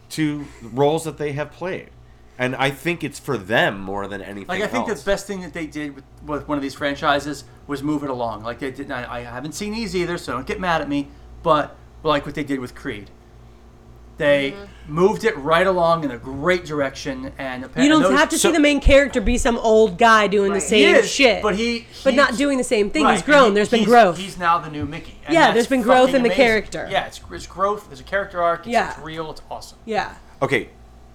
Speaker 1: to roles that they have played. and I think it's for them more than anything.
Speaker 3: Like I think
Speaker 1: else.
Speaker 3: the best thing that they did with, with one of these franchises was move it along. Like they did. I, I haven't seen these either, so don't get mad at me. But like what they did with Creed, they moved it right along in a great direction.
Speaker 2: Mm-hmm.
Speaker 3: And
Speaker 2: You
Speaker 3: apparently
Speaker 2: don't have to
Speaker 1: so-
Speaker 2: see the main character be some old guy doing the
Speaker 4: Right.
Speaker 2: same
Speaker 3: He is,
Speaker 2: shit,
Speaker 3: but he-
Speaker 2: but
Speaker 3: he-
Speaker 2: not doing the same thing. He's
Speaker 3: Right,
Speaker 2: grown.
Speaker 3: and
Speaker 2: There's been
Speaker 3: he's-
Speaker 2: growth.
Speaker 3: He's now the new Mickey. and
Speaker 2: Yeah,
Speaker 3: that's
Speaker 2: there's been growth
Speaker 3: fucking
Speaker 2: in the
Speaker 3: amazing.
Speaker 2: character.
Speaker 3: Yeah, it's, it's growth. There's a character arc. It's,
Speaker 2: Yeah.
Speaker 3: it's real. It's awesome.
Speaker 2: yeah,
Speaker 1: okay,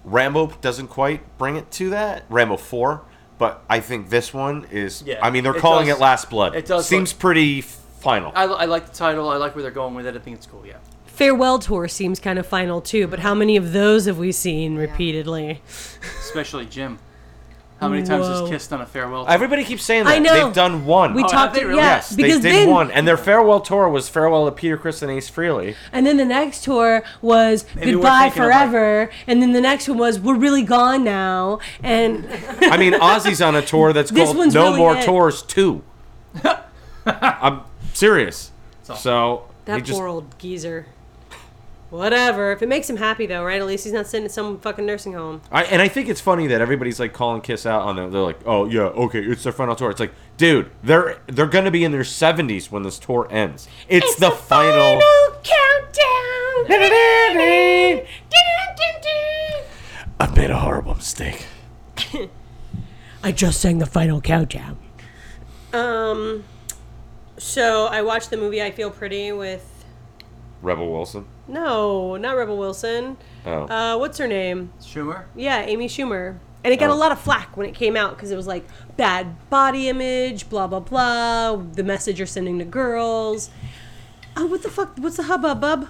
Speaker 1: Rambo doesn't quite bring it to that. Rambo four, but I think this one is.
Speaker 3: Yeah,
Speaker 1: I mean, they're
Speaker 3: it
Speaker 1: calling
Speaker 3: does-
Speaker 1: it Last Blood.
Speaker 3: it does
Speaker 1: seems pretty final.
Speaker 3: I, I like the title. I like where they're going with it. I think it's cool. Yeah.
Speaker 2: farewell tour seems kind of final too. But how many of those have we seen repeatedly?
Speaker 3: Oh, Especially Jim. How many times has
Speaker 2: Whoa.
Speaker 3: kissed on a farewell?
Speaker 1: Everybody keeps saying that
Speaker 2: I know.
Speaker 1: they've done one. Oh,
Speaker 2: We
Speaker 3: have
Speaker 2: talked.
Speaker 3: they
Speaker 2: to-
Speaker 3: really?
Speaker 2: Yeah,
Speaker 1: yes, they
Speaker 2: because
Speaker 1: did
Speaker 2: then
Speaker 1: one, and their farewell tour was farewell to Peter Chris and Ace Frehley.
Speaker 2: And then the next tour was
Speaker 3: Maybe we're
Speaker 2: goodbye
Speaker 3: thinking of, like-
Speaker 2: forever. and then the next one was we're really gone now.
Speaker 3: <laughs>
Speaker 2: And
Speaker 1: I
Speaker 2: <laughs>
Speaker 1: mean, Ozzy's on a tour that's
Speaker 2: This
Speaker 1: called
Speaker 2: one's
Speaker 1: No
Speaker 2: really
Speaker 1: More
Speaker 2: it.
Speaker 1: Tours
Speaker 2: <laughs>
Speaker 1: Two. I'm serious. So he
Speaker 2: that
Speaker 1: just
Speaker 2: poor old geezer. Whatever. If it makes him happy though, right? At least he's not sitting in some fucking nursing home.
Speaker 1: I, and I think it's funny that everybody's like calling Kiss out on them. They're like, "Oh yeah, okay, it's their final tour." It's like, dude, they're they're gonna be in their seventies when this tour ends. It's, the, final. <laughs>
Speaker 2: countdown.
Speaker 1: I've made a horrible mistake.
Speaker 2: I just sang the final countdown. Um. So I watched the movie I Feel Pretty with
Speaker 1: Rebel Wilson.
Speaker 2: no, not Rebel Wilson.
Speaker 1: Oh,
Speaker 2: Uh, what's her name?
Speaker 3: Schumer.
Speaker 2: Yeah, Amy Schumer. And it got
Speaker 1: Oh.
Speaker 2: a lot of flack when it came out because it was like bad body image, blah blah blah. The message you're sending to girls. Oh, what the fuck? What's the hubbub? Bub?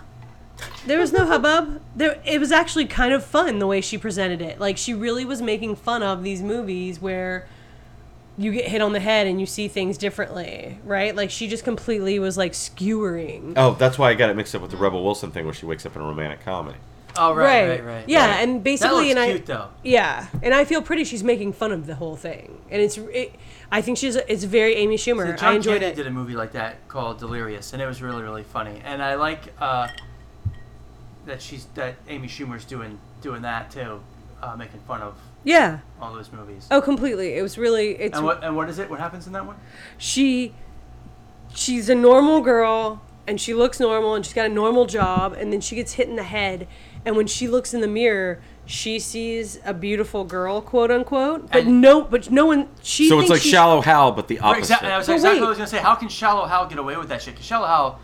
Speaker 2: There was no hubbub. There, it was actually kind of fun the way she presented it. Like she really was making fun of these movies where you get hit on the head and you see things differently, right? Like she just completely was like skewering.
Speaker 1: oh, that's why I got it mixed up with the Rebel Wilson thing, where she wakes up in a romantic comedy.
Speaker 3: Oh right, right, right.
Speaker 2: Yeah,
Speaker 1: Right.
Speaker 2: and
Speaker 3: That looks
Speaker 2: basically, and I
Speaker 3: cute though.
Speaker 2: Yeah, and I feel pretty. She's making fun of the whole thing, and it's. It, I think she's. It's very Amy Schumer.
Speaker 3: John
Speaker 2: I enjoyed
Speaker 3: Candy
Speaker 2: it.
Speaker 3: did a movie like that called Delirious, and it was really really funny. And I like uh, that she's that Amy Schumer's doing doing that too, uh, making fun of
Speaker 2: Yeah.
Speaker 3: all those movies.
Speaker 2: Oh, completely. It was really. It's.
Speaker 3: And what and what is it? What happens in that one?
Speaker 2: she. She's a normal girl, and she looks normal, and she's got a normal job, and then she gets hit in the head, and when she looks in the mirror, she sees a beautiful girl, quote unquote. But
Speaker 3: And-
Speaker 2: no, but no one. She.
Speaker 1: So it's
Speaker 2: thinks
Speaker 1: like
Speaker 2: she's-
Speaker 1: Shallow Hal, but the opposite.
Speaker 3: Oh, Exactly. I was
Speaker 2: But wait.
Speaker 3: exactly what I was gonna say. How can Shallow Hal get away with that shit? Because Shallow Hal,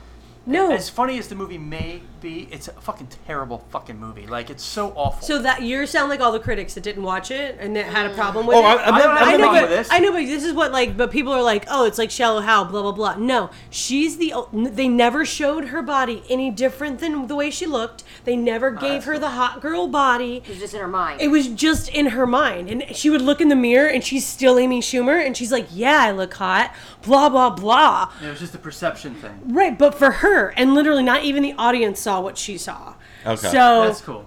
Speaker 2: No.
Speaker 3: as funny as the movie may be, it's a fucking terrible fucking movie. Like it's so awful.
Speaker 2: So that you sound like all the critics that didn't watch it and that had a problem with
Speaker 1: Oh,
Speaker 2: it.
Speaker 1: I- I'm not-
Speaker 3: I don't have
Speaker 2: I
Speaker 3: a
Speaker 2: know,
Speaker 3: problem
Speaker 2: but
Speaker 3: with this.
Speaker 2: I know, but this is what like, but people are like, oh, it's like shallow how, blah blah blah. No, she's the. o- n- They never showed her body any different than the way she looked. They
Speaker 3: Oh,
Speaker 2: never gave her the hot girl body.
Speaker 4: It was just in her mind.
Speaker 2: It was just in her mind, and she would look in the mirror, and she's still Amy Schumer, and she's like, yeah, I look hot, blah blah blah.
Speaker 3: it was just a perception thing.
Speaker 2: Right, but for her, and literally not even the audience saw what she saw.
Speaker 1: Okay.
Speaker 2: So <clears throat>
Speaker 3: That's cool.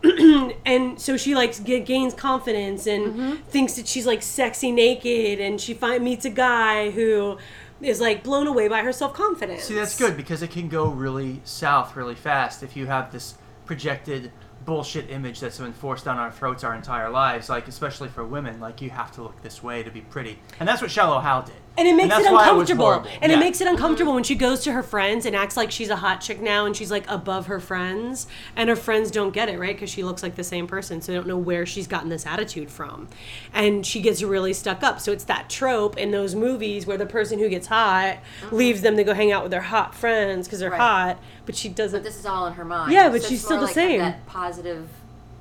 Speaker 2: and so she like g- gains confidence and thinks that she's like sexy naked and she find, meets a guy who is like blown away by her self-confidence
Speaker 3: See, that's good because it can go really south really fast if you have this projected bullshit image that's been forced down our throats our entire lives. Like, especially for women, like you have to look this way to be pretty, and that's what Shallow Hal did.
Speaker 2: and it makes
Speaker 3: that's
Speaker 2: it
Speaker 3: why was
Speaker 2: uncomfortable
Speaker 3: horrible.
Speaker 2: and
Speaker 3: Yeah. Mm-hmm.
Speaker 2: it makes it uncomfortable when she goes to her friends and acts like she's a hot chick now and she's like above her friends and her friends don't get it right because she looks like the same person so they don't know where she's gotten this attitude from and she gets really stuck up so it's that trope in those movies where the person who gets hot leaves them to go hang out with their hot friends because they're
Speaker 4: Mm-hmm. Right.
Speaker 2: hot but she doesn't
Speaker 4: this is all in her mind.
Speaker 2: Yeah, but
Speaker 4: So
Speaker 2: she's
Speaker 4: it's
Speaker 2: still
Speaker 4: more
Speaker 2: the
Speaker 4: like
Speaker 2: same.
Speaker 4: That positive.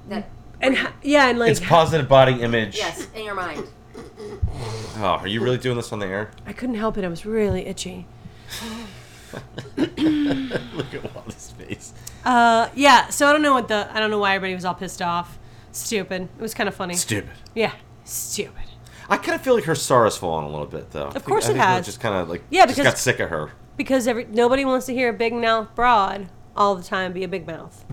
Speaker 4: That
Speaker 2: and ha- yeah, and like
Speaker 1: it's positive body image.
Speaker 4: yes, in your mind.
Speaker 1: Oh, are you really doing this on the air?
Speaker 2: I couldn't help it. I was really itchy.
Speaker 1: Look at Wally's face.
Speaker 2: Uh, yeah. So I don't know what the I don't know why everybody was all pissed off. Stupid. It was kind of funny.
Speaker 1: Stupid.
Speaker 2: yeah, stupid.
Speaker 1: I kind of feel like her star has fallen a little bit, though. Of
Speaker 2: course it has.
Speaker 1: Just kind of like
Speaker 2: Yeah,
Speaker 1: just
Speaker 2: because-
Speaker 1: got sick of her.
Speaker 2: Because every nobody wants to hear a big mouth broad all the time. Be a big mouth.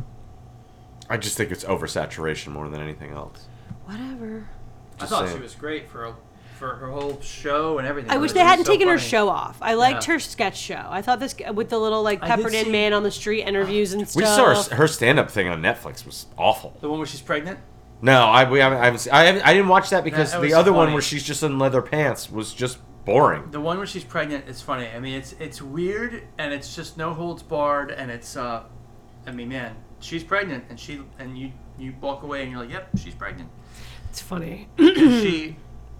Speaker 1: I just think it's oversaturation more than anything else.
Speaker 2: Whatever.
Speaker 3: I
Speaker 1: Just
Speaker 3: thought
Speaker 1: saying.
Speaker 3: she was great for for her whole show and everything.
Speaker 2: I
Speaker 3: It
Speaker 2: wish
Speaker 3: was-
Speaker 2: they
Speaker 3: it was
Speaker 2: hadn't
Speaker 3: so
Speaker 2: taken her
Speaker 3: funny.
Speaker 2: show off. I liked
Speaker 3: Yeah.
Speaker 2: her sketch show. I thought this with the little like
Speaker 3: I did
Speaker 2: peppered in
Speaker 3: see-
Speaker 2: man on the street interviews and stuff.
Speaker 1: We saw her, her stand up thing on Netflix was awful.
Speaker 3: The one where she's pregnant.
Speaker 1: No, I we haven't. I, haven't, se- I, haven't, I didn't watch that because
Speaker 3: that
Speaker 1: the
Speaker 3: was
Speaker 1: other one
Speaker 3: funny.
Speaker 1: where she's just in leather pants was just boring.
Speaker 3: The one where she's pregnant is funny. I mean, it's it's weird and it's just no holds barred and it's uh, I mean, man, she's pregnant and she and you you walk away and you're like, yep, she's
Speaker 2: <clears throat>
Speaker 3: pregnant.
Speaker 2: It's funny.
Speaker 3: she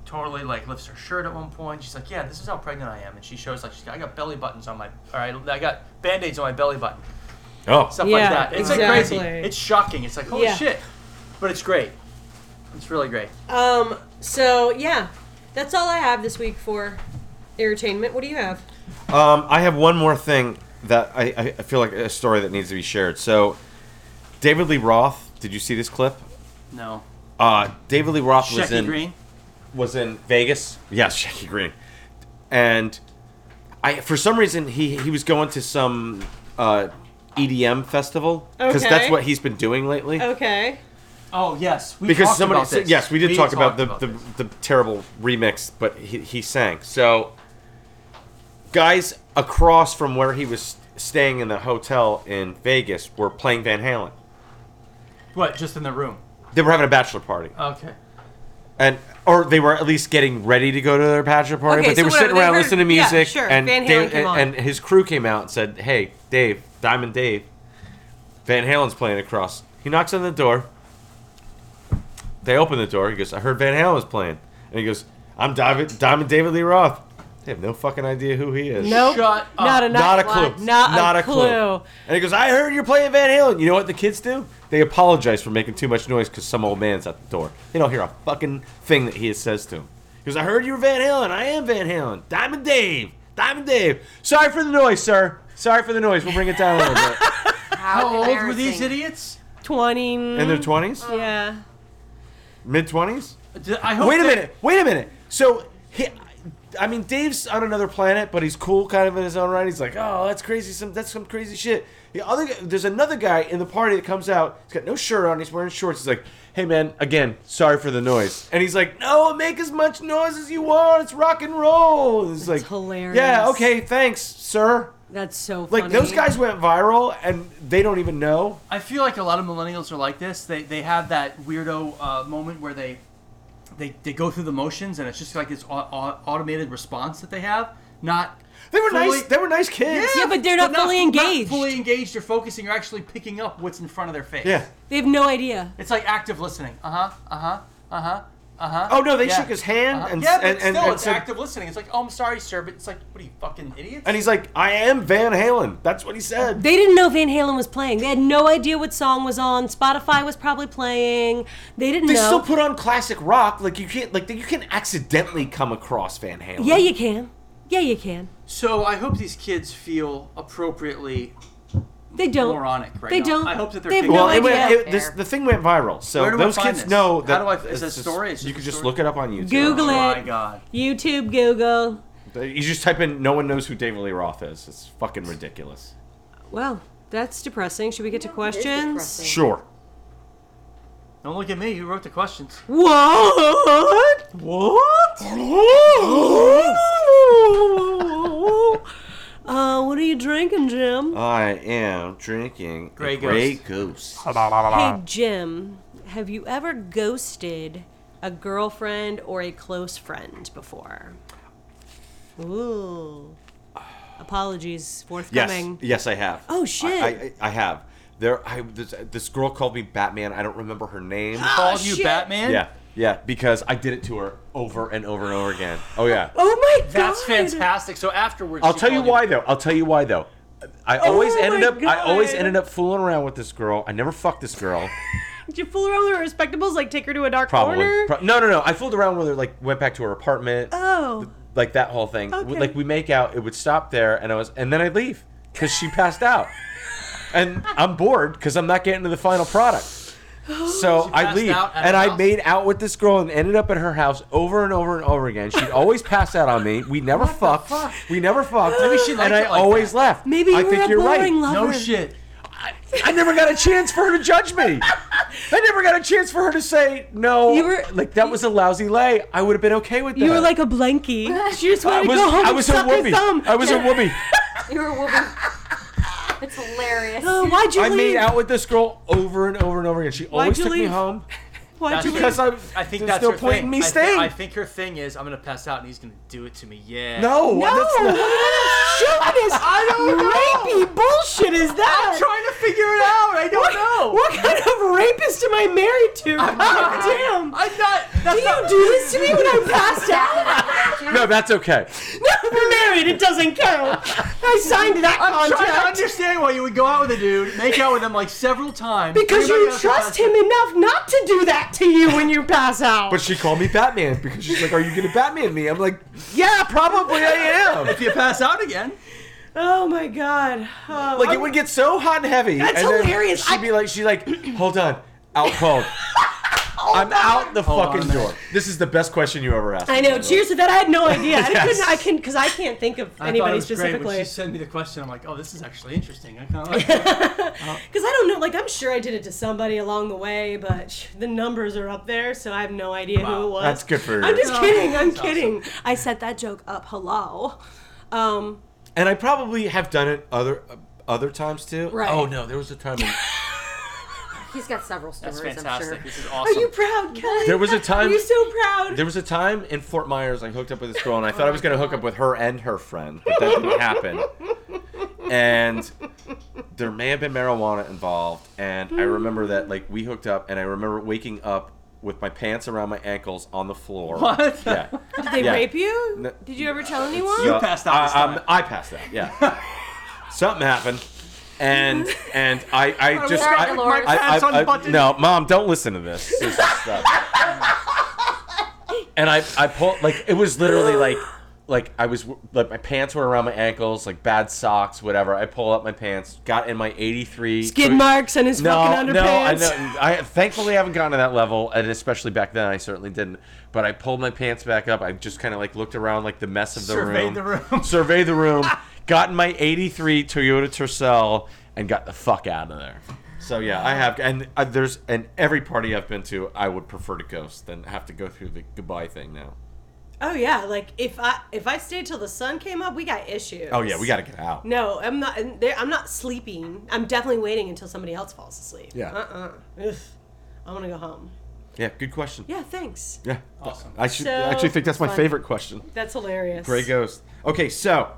Speaker 3: totally like lifts her shirt at one point. She's like, "Yeah, this is how pregnant I am," and she shows like she's got, I got belly buttons on my, all right, I got band aids on my belly button,
Speaker 1: Oh,
Speaker 3: stuff
Speaker 2: Yeah,
Speaker 3: like that. It's
Speaker 2: exactly.
Speaker 3: like crazy. It's shocking. It's like holy
Speaker 2: Yeah.
Speaker 3: shit, but it's great. It's really great.
Speaker 2: Um. So yeah, that's all I have this week for entertainment. What do you have?
Speaker 1: Um, I have one more thing that I, I- I feel like a story that needs to be shared. So, David Lee Roth, did you see this clip?
Speaker 3: No,
Speaker 1: Uh, David Lee Roth was
Speaker 3: Shecky
Speaker 1: in
Speaker 3: Green.
Speaker 1: was in Vegas. Yes, <laughs> Jackie Green. And I, for some reason, he he was going to some uh, EDM festival because
Speaker 2: Okay.
Speaker 1: that's what he's been doing lately.
Speaker 2: Okay.
Speaker 3: Oh yes, we
Speaker 1: Because
Speaker 3: talked
Speaker 1: somebody,
Speaker 3: about this.
Speaker 1: yes, we did talk about
Speaker 3: talked
Speaker 1: the the,
Speaker 3: this.
Speaker 1: the terrible remix, but he he sang. So, guys across from where he was staying in the hotel in Vegas were playing Van Halen.
Speaker 3: what just in the room.
Speaker 1: They were having a bachelor party,
Speaker 3: Okay.
Speaker 1: and or they were at least getting ready to go to their bachelor party,
Speaker 2: Okay,
Speaker 1: but they
Speaker 2: so
Speaker 1: were sitting
Speaker 2: whatever, they
Speaker 1: around
Speaker 2: heard-
Speaker 1: listening to
Speaker 2: yeah,
Speaker 1: music.
Speaker 2: sure,
Speaker 1: And
Speaker 2: Van Halen
Speaker 1: Dave-
Speaker 2: came on.
Speaker 1: and, and his crew came out and said, "Hey, Dave, Diamond Dave, Van Halen's playing across." He knocks on the door. They open the door. He goes, "I heard Van Halen was playing," and he goes, "I'm David, Diamond David Lee Roth." They have no fucking idea who he is.
Speaker 2: Nope.
Speaker 3: Shut up.
Speaker 2: Not a
Speaker 1: Not a clue.
Speaker 2: Not, a, clue.
Speaker 1: And he goes, I heard you're playing Van Halen. You know what the kids do? They apologize for making too much noise because some old man's at the door. They don't hear a fucking thing that he says to him. He goes, I heard you were Van Halen. I am Van Halen. Diamond Dave. Diamond Dave. Sorry for the noise, sir. Sorry for the noise. We'll bring it down a little
Speaker 2: <laughs>
Speaker 1: bit.
Speaker 4: How,
Speaker 3: How old were these
Speaker 4: embarrassing.
Speaker 3: idiots?
Speaker 2: Twenty.
Speaker 1: In their 20s?
Speaker 2: yeah.
Speaker 1: Mid 20s?
Speaker 3: D- I hope
Speaker 1: Wait a
Speaker 3: that-
Speaker 1: minute. Wait a minute. So, he, I mean, Dave's on another planet, but he's cool, kind of in his own right. He's like, oh, that's crazy. Some that's some crazy shit. The other guy- there's another guy in the party that comes out. He's got no shirt on. He's wearing shorts. He's like, hey man, again, sorry for the noise. And he's like, no, make as much noise as you want. It's rock and roll. And It's
Speaker 2: That's
Speaker 1: like
Speaker 2: hilarious.
Speaker 1: Yeah. Okay. Thanks, sir.
Speaker 2: That's so funny.
Speaker 1: Like those guys went viral, and they don't even know.
Speaker 3: I feel like a lot of millennials are like this. They they have that weirdo uh, moment where they, they they go through the motions, and it's just like this au- au- automated response that they have. Not
Speaker 1: They were
Speaker 3: fully-
Speaker 1: nice. They were nice kids.
Speaker 2: Yeah, but they're not fully engaged.
Speaker 3: fully engaged or focusing or actually picking up what's in front of their face.
Speaker 1: Yeah.
Speaker 2: They have no idea.
Speaker 3: It's like active listening. Uh huh. Uh huh. Uh huh. Uh huh.
Speaker 1: Oh no, they shook his hand and
Speaker 3: Uh-huh. yeah,
Speaker 1: and,
Speaker 3: but
Speaker 1: and,
Speaker 3: still,
Speaker 1: and
Speaker 3: it's
Speaker 1: said-
Speaker 3: active listening. It's like, oh, I'm sorry, sir, but it's like, what are you fucking idiots?
Speaker 1: And he's like, I am Van Halen. That's what he said.
Speaker 2: They didn't know Van Halen was playing. They had no idea what song was on. Spotify was probably playing. They didn't
Speaker 1: They
Speaker 2: know.
Speaker 1: still put on classic rock. Like you can't like you can accidentally come across Van Halen.
Speaker 2: yeah, you can. Yeah, you can.
Speaker 3: so I hope these kids feel appropriately
Speaker 2: They don't.
Speaker 3: moronic right
Speaker 2: They
Speaker 3: now.
Speaker 2: don't.
Speaker 3: I hope that they're
Speaker 2: They have
Speaker 3: thinking-
Speaker 1: Well,
Speaker 2: no
Speaker 1: it went,
Speaker 2: idea.
Speaker 1: it, this, the thing went viral, so
Speaker 3: Where do I
Speaker 1: those
Speaker 3: find
Speaker 1: kids
Speaker 3: this?
Speaker 1: know
Speaker 3: How
Speaker 1: that.
Speaker 3: do I-
Speaker 1: it's
Speaker 3: is that a
Speaker 1: just-
Speaker 3: story? Is
Speaker 1: you
Speaker 3: it
Speaker 1: can
Speaker 3: a
Speaker 1: just
Speaker 3: story?
Speaker 1: look it up on YouTube.
Speaker 2: Google
Speaker 3: oh
Speaker 2: it.
Speaker 3: my god.
Speaker 2: YouTube, Google.
Speaker 1: You just type in. No one knows who David Lee Roth is. It's fucking ridiculous.
Speaker 2: Well, that's depressing. Should we get to
Speaker 4: No, it is
Speaker 2: questions?
Speaker 4: depressing.
Speaker 1: Sure.
Speaker 3: Don't look at me. Who wrote the questions?
Speaker 2: What?
Speaker 1: What?
Speaker 2: Oh. <laughs> Uh, what are you drinking,
Speaker 1: Uh,
Speaker 2: Jim?
Speaker 1: I am drinking a
Speaker 3: Grey
Speaker 1: Grey Goose.
Speaker 2: Hey, Jim, have you ever ghosted a girlfriend or a close friend before? Ooh. Apologies,
Speaker 1: Yes,
Speaker 2: forthcoming.
Speaker 1: yes, I have.
Speaker 2: Oh, shit.
Speaker 1: I, I, I have. There, I this, this girl called me Batman. I don't remember her
Speaker 2: <gasps>
Speaker 1: name. <laughs>
Speaker 3: Called you
Speaker 2: shit.
Speaker 3: Batman?
Speaker 1: Yeah, yeah, because I did it to her over and over and over
Speaker 2: <gasps>
Speaker 1: again. Oh yeah.
Speaker 2: Oh my god!
Speaker 3: That's fantastic. So afterwards,
Speaker 1: I'll
Speaker 3: she
Speaker 1: tell you
Speaker 3: called
Speaker 1: why though. I'll tell you why though. I always
Speaker 2: Oh
Speaker 1: ended
Speaker 2: my
Speaker 1: up. I always
Speaker 2: God.
Speaker 1: ended up fooling around with this girl. I never fucked this
Speaker 2: <laughs>
Speaker 1: girl.
Speaker 2: Did you fool around with her respectables? Like take her to a dark
Speaker 1: Probably.
Speaker 2: corner?
Speaker 1: Pro- no, no, no. I fooled around with her. Like went back to her apartment.
Speaker 2: oh.
Speaker 1: Like that whole thing. W-
Speaker 2: Okay.
Speaker 1: Like we make out. It would stop there, and I was, and then I'd leave because she passed
Speaker 2: <laughs>
Speaker 1: out, and I'm bored because I'm not getting to the final
Speaker 2: <gasps>
Speaker 1: product. So I
Speaker 3: passed
Speaker 1: leave,
Speaker 3: out at
Speaker 1: and
Speaker 3: her
Speaker 1: I
Speaker 3: house?
Speaker 1: made out with this girl, and ended up at her house over and over and over again. She'd always pass out on me. We never fucked.
Speaker 3: fuck?
Speaker 1: We never fucked. Maybe
Speaker 3: she liked
Speaker 1: and I
Speaker 3: it like
Speaker 1: always
Speaker 3: that.
Speaker 1: left.
Speaker 2: Maybe you
Speaker 1: I
Speaker 2: were
Speaker 1: think
Speaker 2: a
Speaker 1: you're right.
Speaker 2: boring lover.
Speaker 3: No shit.
Speaker 1: I never got a chance for her to judge
Speaker 2: <laughs>
Speaker 1: me. I never got a chance for her to say no.
Speaker 2: You were-
Speaker 1: like that was a lousy lay. I would have been okay with that.
Speaker 2: You were like a
Speaker 1: <laughs>
Speaker 2: blankie. She just
Speaker 1: I
Speaker 2: wanted
Speaker 1: was,
Speaker 2: to go home
Speaker 1: I
Speaker 2: and
Speaker 1: was a
Speaker 2: suck her
Speaker 1: whoopee.
Speaker 2: thumb.
Speaker 1: I was a whoopee.
Speaker 4: <laughs> You're a woman. <laughs> It's hilarious.
Speaker 2: Oh, why'd you
Speaker 1: I
Speaker 2: leave?
Speaker 1: made out with this girl over and over and over again. She always
Speaker 2: you
Speaker 1: took me
Speaker 2: leave?
Speaker 1: home.
Speaker 2: Why
Speaker 3: That's
Speaker 2: do we?
Speaker 1: Because I,
Speaker 3: I think
Speaker 1: there's
Speaker 3: that's
Speaker 1: no
Speaker 3: her
Speaker 1: point
Speaker 3: thing.
Speaker 1: in me
Speaker 3: I thi-
Speaker 1: staying.
Speaker 3: I think her thing is I'm gonna pass out and he's gonna do it to me. Yeah.
Speaker 1: no, that's not- <laughs>
Speaker 2: Chauvinist, I
Speaker 3: don't know.
Speaker 2: rapey bullshit is that?
Speaker 3: I'm trying to figure it out. I don't
Speaker 2: what,
Speaker 3: know.
Speaker 2: What kind of rapist am I married to?
Speaker 3: I'm
Speaker 2: God
Speaker 3: not-
Speaker 2: damn!
Speaker 3: I'm not. That's
Speaker 2: do you
Speaker 3: not,
Speaker 2: do this to me when I'm passed
Speaker 3: <laughs>
Speaker 2: out?
Speaker 1: no, that's okay.
Speaker 2: No, we're married. It doesn't count. I signed that
Speaker 3: I'm trying to
Speaker 2: contract
Speaker 3: understand why you would go out with a dude, make out with him like several times.
Speaker 2: because
Speaker 3: Everybody
Speaker 2: you
Speaker 3: else
Speaker 2: trust
Speaker 3: has-
Speaker 2: him enough not to do that to you when you pass out.
Speaker 1: But she called me Batman because she's like, "Are you gonna Batman me?" I'm like, "Yeah, probably I am."
Speaker 3: If you pass out again,
Speaker 2: oh my god! Oh,
Speaker 1: Like
Speaker 2: I'm-
Speaker 1: it would get so hot and heavy.
Speaker 2: That's
Speaker 1: and then
Speaker 2: hilarious.
Speaker 1: She'd
Speaker 2: I-
Speaker 1: be like, she's like, "Hold on, out cold." I'm out the
Speaker 3: Hold on a
Speaker 1: fucking
Speaker 3: minute.
Speaker 1: door. This is the best question you ever asked.
Speaker 2: I
Speaker 1: me, by
Speaker 2: know.
Speaker 1: the way.
Speaker 2: Cheers to that. I had no idea.
Speaker 1: <laughs>
Speaker 2: I
Speaker 1: Yes.
Speaker 2: couldn't. I can because I can't think of
Speaker 3: I thought it
Speaker 2: anybody
Speaker 3: was great when
Speaker 2: specifically.
Speaker 3: she sent me the question. I'm like, oh, this is actually interesting. I kind of
Speaker 2: <laughs>
Speaker 3: like it.
Speaker 2: Because I don't know, like, I'm sure I did it to somebody along the way, but sh- the numbers are up there, so I have no idea who
Speaker 3: Wow.
Speaker 2: it was.
Speaker 1: That's good for
Speaker 2: I'm
Speaker 1: you.
Speaker 2: just kidding. I'm
Speaker 3: That's awesome.
Speaker 2: kidding. I set that joke up. Hello. Um,
Speaker 1: And I probably have done it other uh, other times too.
Speaker 2: Right.
Speaker 1: Oh no, there was a time. When,
Speaker 4: He's got several stories,
Speaker 3: That's fantastic.
Speaker 4: I'm sure.
Speaker 3: This is
Speaker 2: are
Speaker 3: awesome.
Speaker 2: you proud, Kelly?
Speaker 1: There was a
Speaker 2: Are
Speaker 1: time-
Speaker 2: <laughs> you so proud?
Speaker 1: there was a time in Fort Myers I hooked up with this girl, and I thought I was gonna hook up with her and her friend, but that didn't happen. And there may have been marijuana involved, and I remember that like we hooked up, and I remember waking up with my pants around my ankles on the floor.
Speaker 3: What?
Speaker 1: Yeah.
Speaker 2: did they
Speaker 1: yeah.
Speaker 2: rape you?
Speaker 1: No-
Speaker 2: did you ever tell anyone?
Speaker 3: You passed out
Speaker 1: I,
Speaker 3: this
Speaker 1: I'm-
Speaker 3: time.
Speaker 1: I passed out.
Speaker 3: <laughs>
Speaker 1: Yeah. Something happened, and and I I just
Speaker 4: sorry,
Speaker 1: I,
Speaker 4: Dolores.
Speaker 1: I-
Speaker 3: Pass
Speaker 1: I- I-
Speaker 3: unbuttoned.
Speaker 1: no, mom, don't listen to this. This is
Speaker 3: <laughs>
Speaker 1: stuff. and I I pulled like it was literally like like I was like my pants were around my ankles, like bad socks, whatever. I pull up my pants, got in my '83
Speaker 2: Skid marks on his fucking underpants.
Speaker 1: no, I know. I thankfully haven't gotten to that level, and especially back then, I certainly didn't. But I pulled my pants back up. I just kind of like looked around, like the mess of the
Speaker 3: Surveyed
Speaker 1: room, <laughs>
Speaker 3: the room.
Speaker 1: survey the room, got in my '83 Toyota Tercel, and got the fuck out of there. So yeah, I have, and uh, there's, and every party I've been to, I would prefer to ghost than have to go through the goodbye thing now.
Speaker 2: Oh yeah, like if I if I stayed till the sun came up, we got issues.
Speaker 1: Oh yeah, we got to get out.
Speaker 2: No, I'm not. and there- I'm not sleeping. I'm definitely waiting until somebody else falls asleep.
Speaker 1: Yeah.
Speaker 2: Uh uh. I want to go home.
Speaker 1: Yeah, good question.
Speaker 2: Yeah. Thanks.
Speaker 1: Yeah,
Speaker 3: Awesome.
Speaker 1: I should
Speaker 2: So
Speaker 1: I actually think that's my
Speaker 2: fun.
Speaker 1: favorite question.
Speaker 2: That's hilarious.
Speaker 1: Grey ghost. Okay, so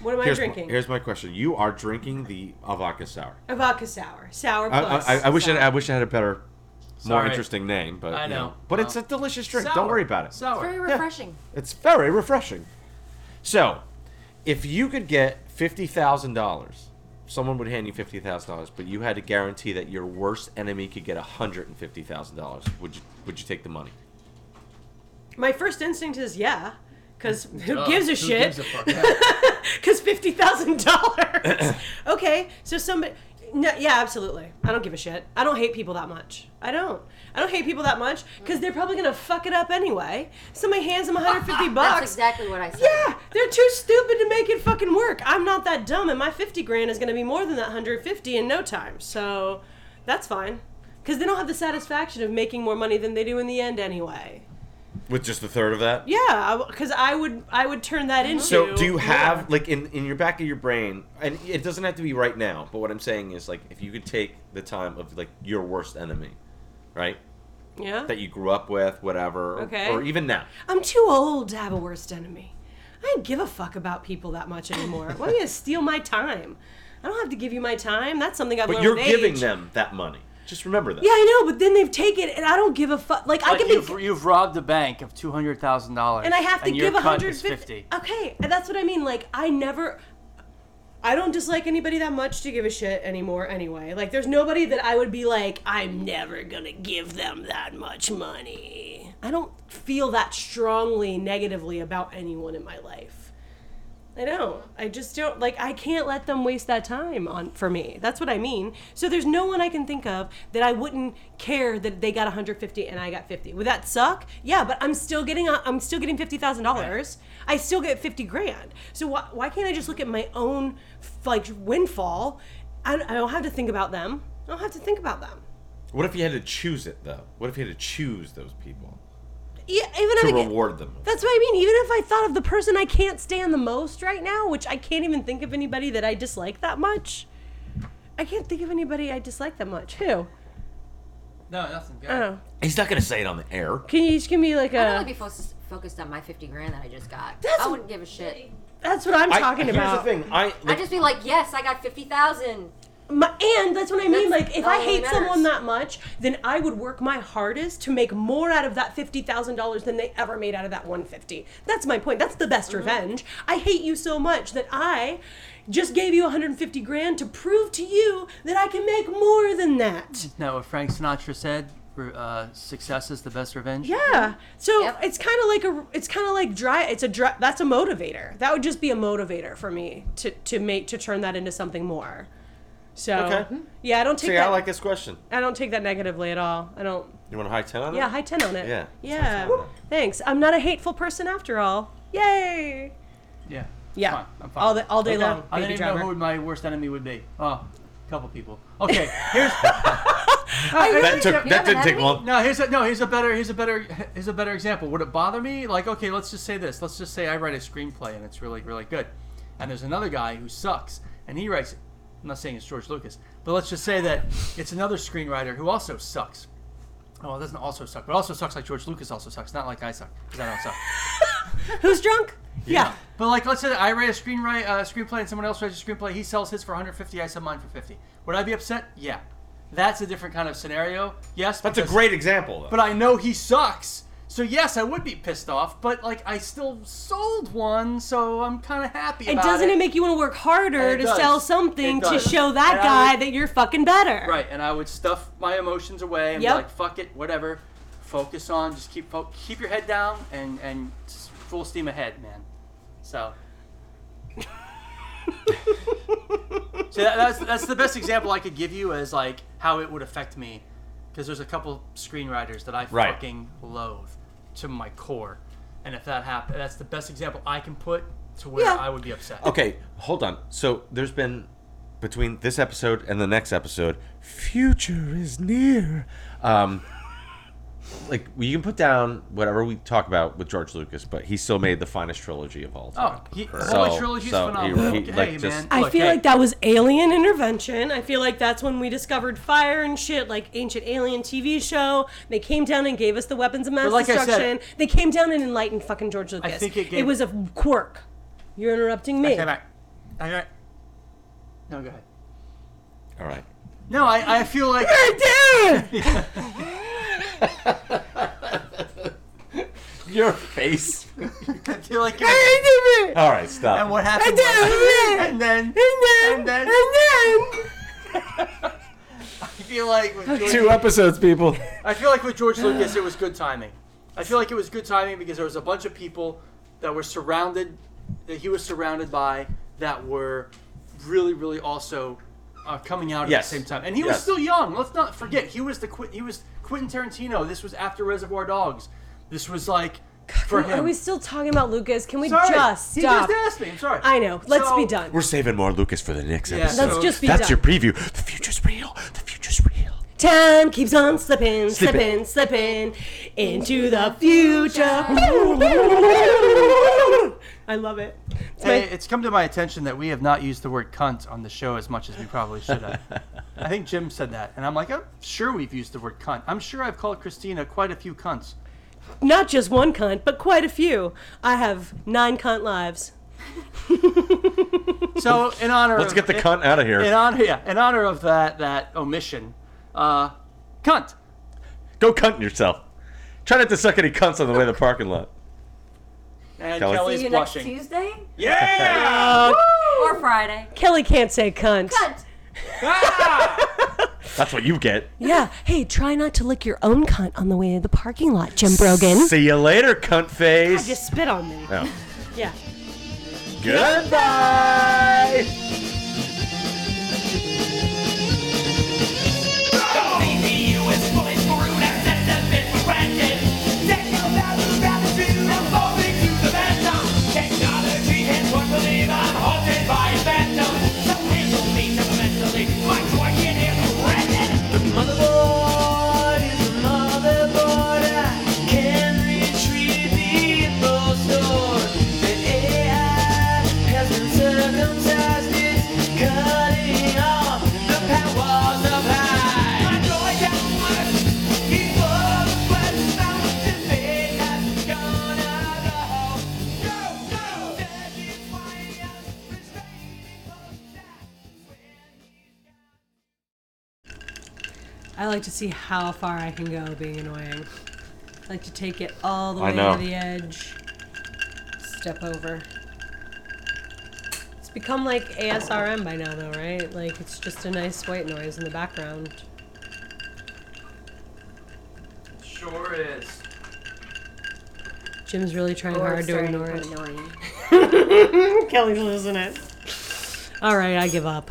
Speaker 2: What am I
Speaker 1: here's
Speaker 2: drinking?
Speaker 1: My, here's my question. You are drinking the Avaka sour.
Speaker 2: a vodka sour. Sour
Speaker 1: I,
Speaker 2: plus.
Speaker 1: I, I wish it,
Speaker 2: sour.
Speaker 1: I wish it had a better, more
Speaker 3: Sorry.
Speaker 1: interesting name, but
Speaker 3: I
Speaker 1: you
Speaker 3: know.
Speaker 1: But
Speaker 3: Well,
Speaker 1: it's a delicious drink.
Speaker 3: Sour.
Speaker 1: Don't worry about it.
Speaker 4: It's very
Speaker 3: Sour.
Speaker 4: refreshing.
Speaker 1: It's very refreshing. So, if you could get fifty thousand dollars, someone would hand you fifty thousand dollars, but you had to guarantee that your worst enemy could get hundred and fifty thousand dollars. Would you Would you take the money?
Speaker 2: My first instinct is yeah, because who
Speaker 3: Duh,
Speaker 2: gives a shit? <laughs>
Speaker 3: gives a <laughs> fuck? Yeah.
Speaker 2: Because fifty thousand dollars. <laughs> okay, so somebody. No, yeah, absolutely. I don't give a shit. I don't hate people that much. I don't. I don't hate people that much because they're probably gonna fuck it up anyway. Somebody hands them
Speaker 4: <laughs>
Speaker 2: 150 bucks.
Speaker 4: That's exactly what I said.
Speaker 2: Yeah, they're too stupid to make it fucking work. I'm not that dumb, and my 50 grand is going to be more than that 150 in no time. So that's fine. Because they don't have the satisfaction of making more money than they do in the end anyway.
Speaker 1: With just a third of that.
Speaker 2: Yeah, because I, would I would turn that into.
Speaker 1: So do you have like in in your back of your brain, and it doesn't have to be right now, but what I'm saying is like if you could take the time of like your worst enemy, right?
Speaker 2: Yeah.
Speaker 1: That you grew up with, whatever, or,
Speaker 2: Okay.
Speaker 1: or even now.
Speaker 2: I'm too old to have a worst enemy. I don't give a fuck about people that much anymore. Why are you gonna steal my time? I don't have to give you my time. That's something I've
Speaker 1: But
Speaker 2: learned
Speaker 1: you're
Speaker 2: with
Speaker 1: giving
Speaker 2: age.
Speaker 1: them that money. Just remember that.
Speaker 2: Yeah, I know, but then they've taken it, and I don't give a fuck. Like, I
Speaker 3: Like
Speaker 2: can be.
Speaker 3: you've, you've robbed a bank of two hundred thousand dollars,
Speaker 2: and I have to
Speaker 3: and
Speaker 2: give
Speaker 3: your cut is
Speaker 2: 150.
Speaker 3: fifty.
Speaker 2: Okay, and that's what I mean. Like I never, I don't dislike anybody that much to give a shit anymore. Anyway, like there's nobody that I would be like, I'm never gonna give them that much money. I don't feel that strongly negatively about anyone in my life. I don't. I just don't like I can't let them waste that time on for me. That's what I mean. So there's no one I can think of that I wouldn't care that they got 150 and I got 50. Would that suck? Yeah, but I'm still getting a- I'm still getting $50,000. I still get 50 grand. So why why can't I just look at my own f- like windfall? I don't, I don't have to think about them. I don't have to think about them.
Speaker 1: What if you had to choose it though? What if you had to choose those people
Speaker 2: Yeah, E, even
Speaker 1: to
Speaker 2: if I get-
Speaker 1: reward them? with?
Speaker 2: That's what I mean. Even if I thought of the person I can't stand the most right now, which I can't even think of anybody that I dislike that much. I can't think of anybody I dislike that much. Who?
Speaker 3: No, nothing. Go ahead.
Speaker 2: Oh.
Speaker 1: He's not gonna say it on the air.
Speaker 2: Can you just give me like
Speaker 4: I'd
Speaker 2: a?
Speaker 4: only be focused, focused on my 50 grand that I just got.
Speaker 2: That's-
Speaker 4: I wouldn't give a shit.
Speaker 2: That's what I'm
Speaker 1: I-
Speaker 2: talking
Speaker 1: here's
Speaker 2: about.
Speaker 1: the thing. I
Speaker 4: I'd just be like, yes, I got 50,000.
Speaker 2: My, and that's what I mean.
Speaker 4: That's
Speaker 2: like, if
Speaker 4: all
Speaker 2: I
Speaker 4: that
Speaker 2: hate
Speaker 4: matters.
Speaker 2: someone that much, then I would work my hardest to make more out of that fifty thousand dollars than they ever made out of that one fifty. That's my point. That's the best
Speaker 4: Mm-hmm.
Speaker 2: revenge. I hate you so much that I just gave you one hundred and fifty grand to prove to you that I can make more than that.
Speaker 3: Now, what Frank Sinatra said, re- uh, "Success is the best revenge."
Speaker 2: Yeah. So
Speaker 4: Yep.
Speaker 2: it's kind of like a. It's kind of like dry. It's a dry. That's a motivator. That would just be a motivator for me to to make to turn that into something more. So
Speaker 1: Okay.
Speaker 2: yeah, I don't take
Speaker 1: see.
Speaker 2: that.
Speaker 1: I like this question.
Speaker 2: I don't take that negatively at all. I don't.
Speaker 1: You want a high ten on it?
Speaker 2: Yeah, high ten on it.
Speaker 1: Yeah. Sounds
Speaker 2: Yeah.
Speaker 1: good.
Speaker 2: Thanks. I'm not a hateful person after all. Yay.
Speaker 3: yeah,
Speaker 2: Yeah.
Speaker 3: Fine, I'm fine.
Speaker 2: All the, all day
Speaker 3: Okay.
Speaker 2: long.
Speaker 3: I didn't
Speaker 2: baby
Speaker 3: even know
Speaker 2: driver.
Speaker 3: who my worst enemy would be. Oh, a couple people. Okay, here's
Speaker 1: That took.
Speaker 4: You
Speaker 1: That
Speaker 4: haven't
Speaker 1: didn't
Speaker 4: had
Speaker 1: take
Speaker 4: any?
Speaker 1: long.
Speaker 3: no, here's a no, here's a better, here's a better, here's a better example. Would it bother me? Like, okay, let's just say this. Let's just say I write a screenplay and it's really, really good, and there's another guy who sucks and he writes. it. I'm not saying it's George Lucas, but let's just say that it's another screenwriter who also sucks. Oh, it doesn't also suck, but also sucks like George Lucas also sucks, not like I suck because I don't suck.
Speaker 2: Who's drunk?
Speaker 3: Yeah. But like, let's say that I write a screenwrite, uh, screenplay and someone else writes a screenplay. He sells his for 150. I sell mine for 50. Would I be upset? Yeah. That's a different kind of scenario. Yes.
Speaker 1: That's a
Speaker 3: because-
Speaker 1: great example. Though.
Speaker 3: But I know he sucks. So yes, I would be pissed off. But like, I still sold one, so I'm kind of happy.
Speaker 2: And
Speaker 3: about
Speaker 2: doesn't it
Speaker 3: it
Speaker 2: make you want to work harder
Speaker 3: It
Speaker 2: to
Speaker 3: does.
Speaker 2: sell something
Speaker 3: It
Speaker 2: to
Speaker 3: does.
Speaker 2: show that
Speaker 3: And I
Speaker 2: guy
Speaker 3: would-
Speaker 2: that you're fucking better?
Speaker 3: Right, and I would stuff my emotions away and
Speaker 2: Yep.
Speaker 3: be like, "Fuck it, whatever. Focus on, just keep fo- keep your head down and and s- full steam ahead, man."
Speaker 2: <laughs>
Speaker 3: So, so that, that's that's the best example I could give you as like how it would affect me, because there's a couple screenwriters that I
Speaker 1: Right.
Speaker 3: fucking loathe to my core, and if that happened, that's the best example I can put to where
Speaker 2: Yeah.
Speaker 3: I would be upset.
Speaker 1: Okay, hold on. So there's been between this episode and the next episode, future is near. Um, like we can put down whatever we talk about with George Lucas, but he still made the finest trilogy of all time.
Speaker 3: Oh, he, the
Speaker 1: So-
Speaker 3: Holy Trilogy is
Speaker 1: so he-
Speaker 3: phenomenal.
Speaker 1: he,
Speaker 3: Okay,
Speaker 1: like,
Speaker 3: hey,
Speaker 1: just-
Speaker 3: man.
Speaker 2: I
Speaker 3: Look,
Speaker 2: feel
Speaker 3: hey.
Speaker 2: like that was alien intervention. I feel like that's when we discovered fire and shit, like ancient alien TV show. They came down and gave us the weapons of mass
Speaker 3: like I said-
Speaker 2: destruction. they came down and enlightened fucking George Lucas.
Speaker 3: think it gave-
Speaker 2: was a quirk. You're interrupting me.
Speaker 3: Okay, back. Okay. No, go ahead.
Speaker 1: All right.
Speaker 3: No, I, I feel like
Speaker 2: <laughs> Dude!
Speaker 1: <laughs> Your face.
Speaker 3: I feel like
Speaker 1: all right, stop.
Speaker 3: and what happened was, <laughs> and then and then I feel like with George,
Speaker 1: Two episodes, people.
Speaker 3: I feel like with George Lucas it was good timing. I feel like it was good timing because there was a bunch of people that were surrounded that he was surrounded by that were really really also uh, coming out
Speaker 1: Yes.
Speaker 3: at the same time. And he was
Speaker 1: Yes.
Speaker 3: still young. Let's not forget he was the Qui- he was Quentin Tarantino. This was after Reservoir Dogs. This was like for him.
Speaker 2: Are we still talking about Lucas? Can we
Speaker 3: Sorry.
Speaker 2: just
Speaker 3: He
Speaker 2: stop?
Speaker 3: just asked me. I'm sorry.
Speaker 2: I know. Let's
Speaker 3: So-
Speaker 2: be done.
Speaker 1: <laughs> We're saving more Lucas for the next
Speaker 3: Yeah.
Speaker 1: episode.
Speaker 2: Let's just be
Speaker 1: That's
Speaker 2: done.
Speaker 1: your preview. The future's real. The future's real.
Speaker 2: Time keeps on slipping, slipping,
Speaker 1: Slipping.
Speaker 2: slipping into the future. <laughs> I love it. It's
Speaker 3: Hey,
Speaker 2: my-
Speaker 3: it's come to my attention that we have not used the word cunt on the show as much as we probably should have.
Speaker 1: <laughs>
Speaker 3: I think Jim said that, and I'm like, I'm sure we've used the word cunt. I'm sure I've called Christina quite a few cunts.
Speaker 2: not just one cunt, but quite a few. I have nine cunt lives.
Speaker 3: So in honor,
Speaker 1: Let's
Speaker 3: of,
Speaker 1: get the
Speaker 3: in-
Speaker 1: cunt out of here.
Speaker 3: In honor, yeah, in honor of that that omission, uh, cunt.
Speaker 1: Go cunt yourself. Try not to suck any cunts on the way to the parking lot.
Speaker 3: And
Speaker 1: Kelly.
Speaker 3: Kelly's
Speaker 4: See you
Speaker 3: blushing.
Speaker 4: next Tuesday
Speaker 3: yeah.
Speaker 4: or Friday.
Speaker 2: Kelly can't say cunt.
Speaker 4: Cunt.
Speaker 1: That's what you get.
Speaker 2: <laughs> Yeah. Hey, try not to lick your own cunt on the way to the parking lot, Jim Brogan.
Speaker 1: See you later, cunt face.
Speaker 2: Just spit on me.
Speaker 1: Oh.
Speaker 2: Yeah.
Speaker 1: Goodbye.
Speaker 5: Circumcised it
Speaker 2: like to see how far I can go being annoying. I like to take it all the
Speaker 1: I
Speaker 2: way
Speaker 1: know.
Speaker 2: to the edge. Step over. It's become like ASRM by now, though, right? Like it's just a nice white noise in the background.
Speaker 3: Sure is.
Speaker 2: Jim's really trying hard to ignore it.
Speaker 4: annoying.
Speaker 2: Kelly's losing it. All right, I give up.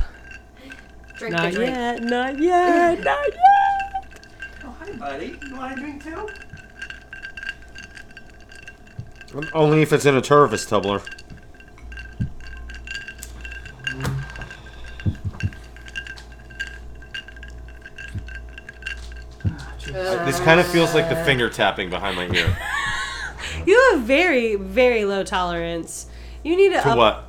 Speaker 4: Drink the
Speaker 2: Not
Speaker 4: drink.
Speaker 2: yet. Not yet. Not yet.
Speaker 3: Oh, hi, buddy. You want a drink too?
Speaker 1: Only if it's in a Turvis tumbler. This kind of feels like the finger tapping behind my ear.
Speaker 2: You have very, very low tolerance. You need to
Speaker 1: For
Speaker 2: up
Speaker 1: what?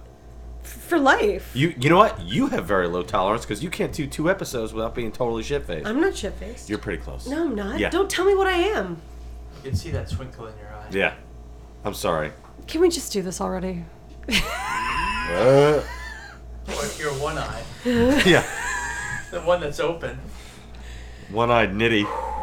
Speaker 2: for life.
Speaker 1: You you know what? You have very low tolerance because you can't do two episodes without being totally shit faced.
Speaker 2: I'm not shit faced.
Speaker 1: You're pretty close.
Speaker 2: No, I'm not.
Speaker 1: Yeah.
Speaker 2: Don't tell me what I am.
Speaker 3: You can see that twinkle in your eye.
Speaker 1: Yeah. I'm sorry. <laughs>
Speaker 2: Can we just do this already?
Speaker 3: Or if you're one eye,
Speaker 1: yeah.
Speaker 3: the one that's open.
Speaker 1: One eyed nitty.